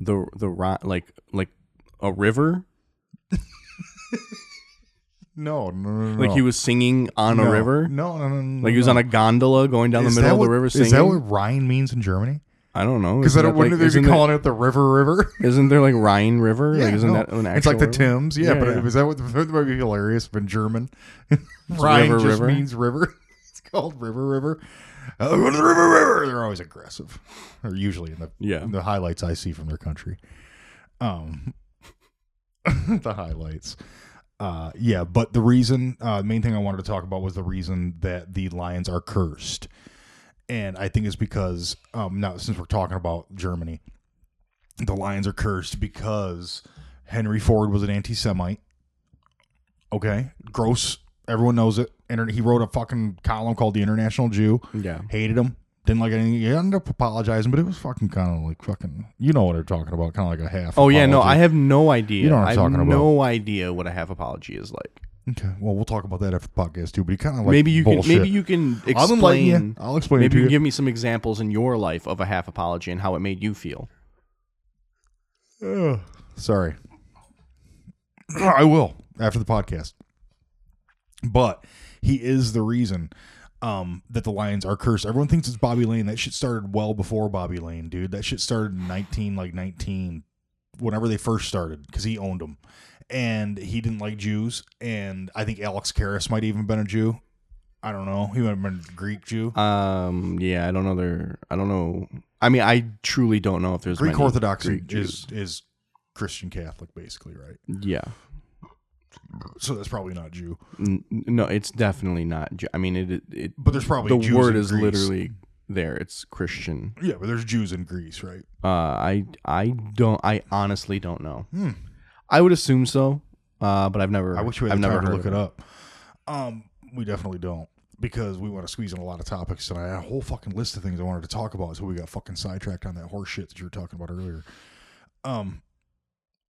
Speaker 2: The the ri- like like a river?
Speaker 3: No, no, no, no.
Speaker 2: Like he was singing on
Speaker 3: no,
Speaker 2: a river?
Speaker 3: No, no, no, no.
Speaker 2: Like he was on a gondola going down the middle of the river singing?
Speaker 3: Is that what Rhine means in Germany?
Speaker 2: I don't know.
Speaker 3: Because
Speaker 2: Isn't
Speaker 3: then
Speaker 2: that,
Speaker 3: wouldn't
Speaker 2: like-
Speaker 3: they
Speaker 2: isn't
Speaker 3: be
Speaker 2: that-
Speaker 3: calling it the
Speaker 2: [laughs]
Speaker 3: River River?
Speaker 2: Isn't there like Rhine River? like isn't
Speaker 3: no.
Speaker 2: that an actual
Speaker 3: It's like the
Speaker 2: river?
Speaker 3: Thames, yeah,
Speaker 2: Yeah,
Speaker 3: but
Speaker 2: yeah.
Speaker 3: is that what that might be hilarious? But in German, [laughs] Rhine
Speaker 2: river,
Speaker 3: just
Speaker 2: river.
Speaker 3: means river. [laughs] It's called River River. Uh, go to the river, river. They're always aggressive, or usually in the
Speaker 2: Yeah.
Speaker 3: the highlights I see from their country. Um, [laughs] the highlights. Uh, yeah, but the reason, uh, main thing I wanted to talk about was the reason that the lions are cursed, and I think it's because um, now since we're talking about Germany, the lions are cursed because Henry Ford was an anti-Semite. Okay, gross. Everyone knows it. Inter- he wrote a fucking column called "The International Jew."
Speaker 2: Yeah.
Speaker 3: hated him. Didn't like anything. He ended up apologizing, but it was fucking kind of like fucking. You know what they're talking about? Kind of like a half.
Speaker 2: Oh yeah, no, I
Speaker 3: apology.
Speaker 2: have no idea.
Speaker 3: You know what I'm
Speaker 2: I have
Speaker 3: talking about.
Speaker 2: no idea what a half apology is like.
Speaker 3: Okay, well, we'll talk about that after the podcast too. But he kind of like
Speaker 2: maybe you
Speaker 3: bullshit.
Speaker 2: can maybe you can explain
Speaker 3: I'll enlighten you. I'll explain it
Speaker 2: Maybe
Speaker 3: to
Speaker 2: you
Speaker 3: you.
Speaker 2: can give me some examples in your life of a half apology and how it made you feel.
Speaker 3: Ugh. Sorry. [clears throat] I will after the podcast. But he is the reason um, that the Lions are cursed. Everyone thinks it's Bobby Lane. That shit started well before Bobby Lane, dude. That shit started in 19 like 19 whenever they first started cuz he owned them. And he didn't like Jews and I think Alex Karras might even been a Jew. I don't know. He might have been a Greek Jew.
Speaker 2: Um, yeah, I don't know. There, I don't know. I mean, I truly don't know if there's
Speaker 3: Greek
Speaker 2: many
Speaker 3: Orthodox
Speaker 2: Greek
Speaker 3: is
Speaker 2: Jews.
Speaker 3: is Christian Catholic basically, right?
Speaker 2: Yeah,
Speaker 3: So that's probably not Jew.
Speaker 2: N- no, it's definitely not. Ju- I mean, it. it, it
Speaker 3: But there's probably
Speaker 2: the
Speaker 3: Jews
Speaker 2: word
Speaker 3: in
Speaker 2: is
Speaker 3: Greece.
Speaker 2: literally there. It's Christian.
Speaker 3: yeah, but there's Jews in Greece, right?
Speaker 2: Uh, I I don't. I honestly don't know.
Speaker 3: Hmm.
Speaker 2: I would assume so. Uh, but I've never.
Speaker 3: I wish we
Speaker 2: I've
Speaker 3: had the
Speaker 2: never
Speaker 3: time
Speaker 2: heard
Speaker 3: to
Speaker 2: of
Speaker 3: look it up. Um, we definitely don't because we want to squeeze in a lot of topics and I had a whole fucking list of things I wanted to talk about until we got fucking sidetracked on that horse shit that you were talking about earlier. Um,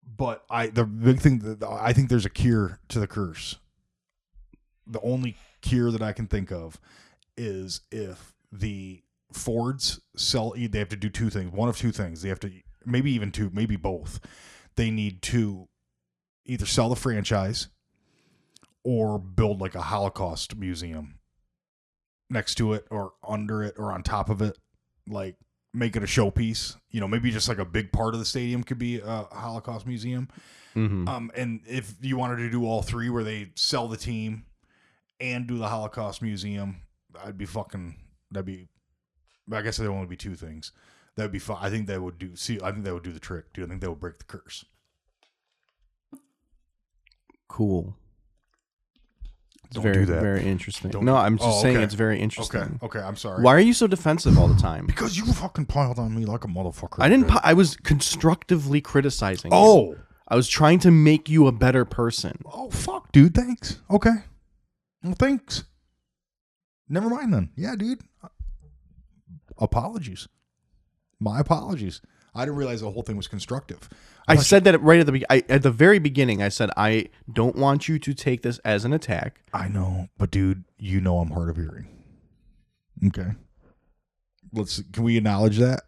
Speaker 3: but I the big thing that I think there's a cure to the curse. The only cure that I can think of is if the Fords sell. They have to do two things. One of two things. They have to maybe even two, maybe both. They need to either sell the franchise or build like a Holocaust museum next to it or under it or on top of it. Like make it a showpiece. You know, maybe just like a big part of the stadium could be a Holocaust museum.
Speaker 2: Mhm.
Speaker 3: Um, and if you wanted to do all three, where they sell the team and do the Holocaust Museum, I'd be fucking. That'd be. I guess there would only be two things. That'd be fun. I think that would do. See, I think that would do the trick, dude. I think that would break the curse.
Speaker 2: Cool. It's
Speaker 3: Don't
Speaker 2: very
Speaker 3: do that.
Speaker 2: very interesting.
Speaker 3: Don't
Speaker 2: no,
Speaker 3: do-
Speaker 2: I'm just
Speaker 3: Oh,
Speaker 2: saying
Speaker 3: okay.
Speaker 2: it's very interesting.
Speaker 3: Okay. Okay. I'm sorry.
Speaker 2: Why are you so defensive all the time?
Speaker 3: Because you fucking piled on me like a motherfucker.
Speaker 2: I didn't.
Speaker 3: dude.
Speaker 2: pi- I was constructively criticizing. you.
Speaker 3: Oh.
Speaker 2: I was trying to make you a better person.
Speaker 3: Oh fuck, dude. Thanks. Okay. Well, thanks. Never mind then. Yeah, dude. Uh, Apologies. My apologies. I didn't realize the whole thing was constructive.
Speaker 2: I said that right at the be- I, at the very beginning. I said I don't want you to take this as an attack.
Speaker 3: I know, but dude, you know I'm hard of hearing. Okay. Let's can we acknowledge that?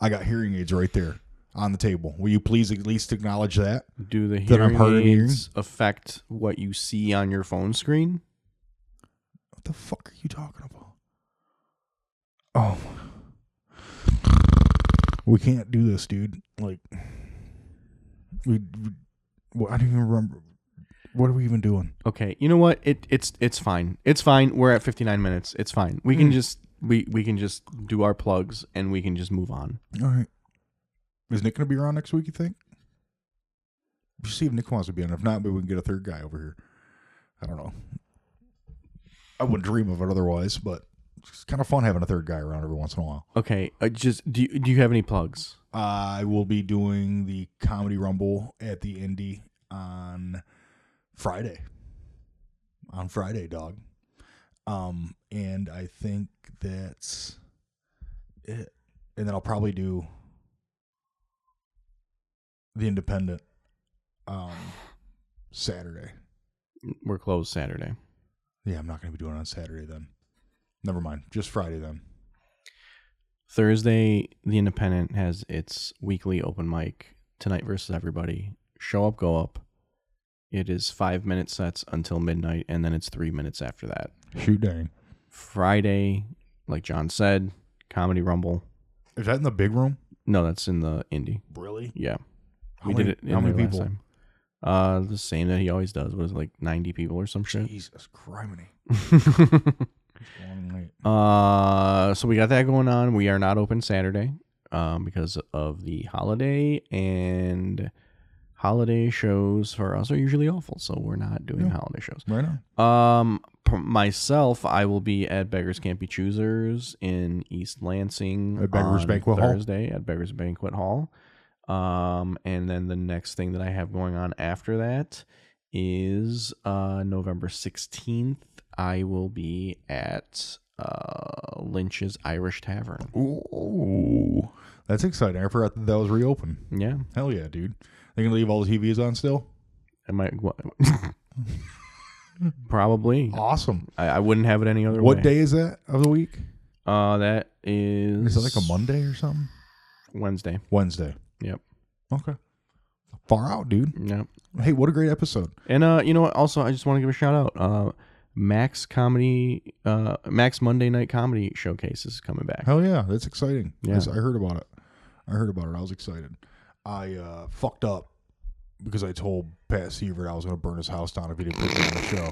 Speaker 3: I got hearing aids right there on the table. Will you please at least acknowledge that?
Speaker 2: Do the
Speaker 3: That I'm
Speaker 2: hearing
Speaker 3: hard of hearing?
Speaker 2: aids affect what you see on your phone screen?
Speaker 3: What the fuck are you talking about? Oh. We can't do this, dude. Like we, we well, I don't even remember what are we even doing?
Speaker 2: Okay, you know what? It it's it's fine. It's fine. We're at 59 minutes. It's fine. We
Speaker 3: Hmm.
Speaker 2: can just we we can just do our plugs and we can just move on.
Speaker 3: All right. Is Nick going to be around next week, you think? We'll see if Nick wants to be on. If not, maybe we can get a third guy over here. I don't know. I wouldn't dream of it otherwise, but it's kind of fun having a third guy around every once in a while.
Speaker 2: Okay, uh, just do you, do you have any plugs?
Speaker 3: I will be doing the Comedy Rumble at the Indy on Friday. On Friday, dog. Um, and I think that's it. And then I'll probably do the Independent um Saturday.
Speaker 2: We're closed Saturday.
Speaker 3: Yeah, I'm not gonna be doing it on Saturday then. Never mind. Just Friday then.
Speaker 2: Thursday, The Independent has its weekly open mic. Tonight versus everybody. Show up, go up. It is five minute sets until midnight, and then it's three minutes after that.
Speaker 3: Shoot dang.
Speaker 2: Friday, like John said, Comedy Rumble.
Speaker 3: Is that in the big room?
Speaker 2: No, that's in the indie.
Speaker 3: Really?
Speaker 2: Yeah,
Speaker 3: How many,
Speaker 2: in
Speaker 3: how many
Speaker 2: there last
Speaker 3: people?
Speaker 2: time. Uh, the same that he always does. What is it, like ninety people or some shit?
Speaker 3: Jesus Christ. Long night.
Speaker 2: uh, so we got that going on. We are not open Saturday, um, because of the holiday and holiday shows for us are usually awful, so we're not doing
Speaker 3: Yeah.
Speaker 2: holiday shows.
Speaker 3: Right on.
Speaker 2: Um, p- myself, I will be at Beggars Can't Be Choosers in East Lansing
Speaker 3: At Beggars
Speaker 2: on
Speaker 3: Banquet Hall?
Speaker 2: Thursday at Beggars Banquet Hall. Um, and then the next thing that I have going on after that is uh November sixteenth. I will be at uh Lynch's Irish Tavern.
Speaker 3: Ooh, that's exciting. I forgot that that was reopened.
Speaker 2: Yeah,
Speaker 3: Hell yeah, dude. They can leave all the TVs on still?
Speaker 2: I might. What, [laughs] probably.
Speaker 3: Awesome.
Speaker 2: I, I wouldn't have it any other
Speaker 3: What
Speaker 2: way.
Speaker 3: day is that of the week?
Speaker 2: Uh, that is.
Speaker 3: Is it like a Monday or something?
Speaker 2: Wednesday.
Speaker 3: Wednesday.
Speaker 2: Yep.
Speaker 3: Okay. Far out, dude.
Speaker 2: Yep.
Speaker 3: Hey, what a great episode.
Speaker 2: And uh, you know, what? also I just want to give a shout out. Uh, Max comedy, uh, Max Monday Night Comedy Showcase is coming back.
Speaker 3: Hell yeah, that's exciting.
Speaker 2: Yeah.
Speaker 3: Yes, I heard about it. I heard about it. I was excited. I uh, fucked up because I told Pat Sievert I was going to burn his house down if he didn't put me on the show.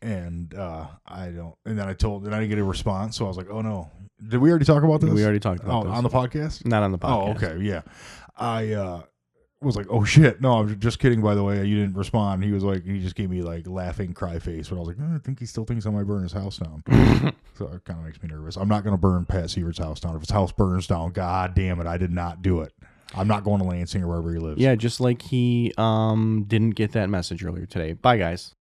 Speaker 3: And uh, I don't. And then I told. And I didn't get a response. So I was like, "Oh no, did we already talk about this?
Speaker 2: We already talked about
Speaker 3: oh,
Speaker 2: this.
Speaker 3: on the podcast?
Speaker 2: Not on the podcast.
Speaker 3: Oh, okay, yeah. I uh, was like, "Oh shit, no, I'm just kidding." By the way, you didn't respond. He was like, he just gave me like laughing cry face, but I was like, "Eh, I think he still thinks I might burn his
Speaker 2: [laughs]
Speaker 3: house down. so it kind of makes me nervous. I'm not gonna burn Pat Sievert's house down. If his house burns down, god damn it, I did not do it. I'm not going to Lansing or wherever he lives.
Speaker 2: Yeah, just like he um didn't get that message earlier today. Bye, guys.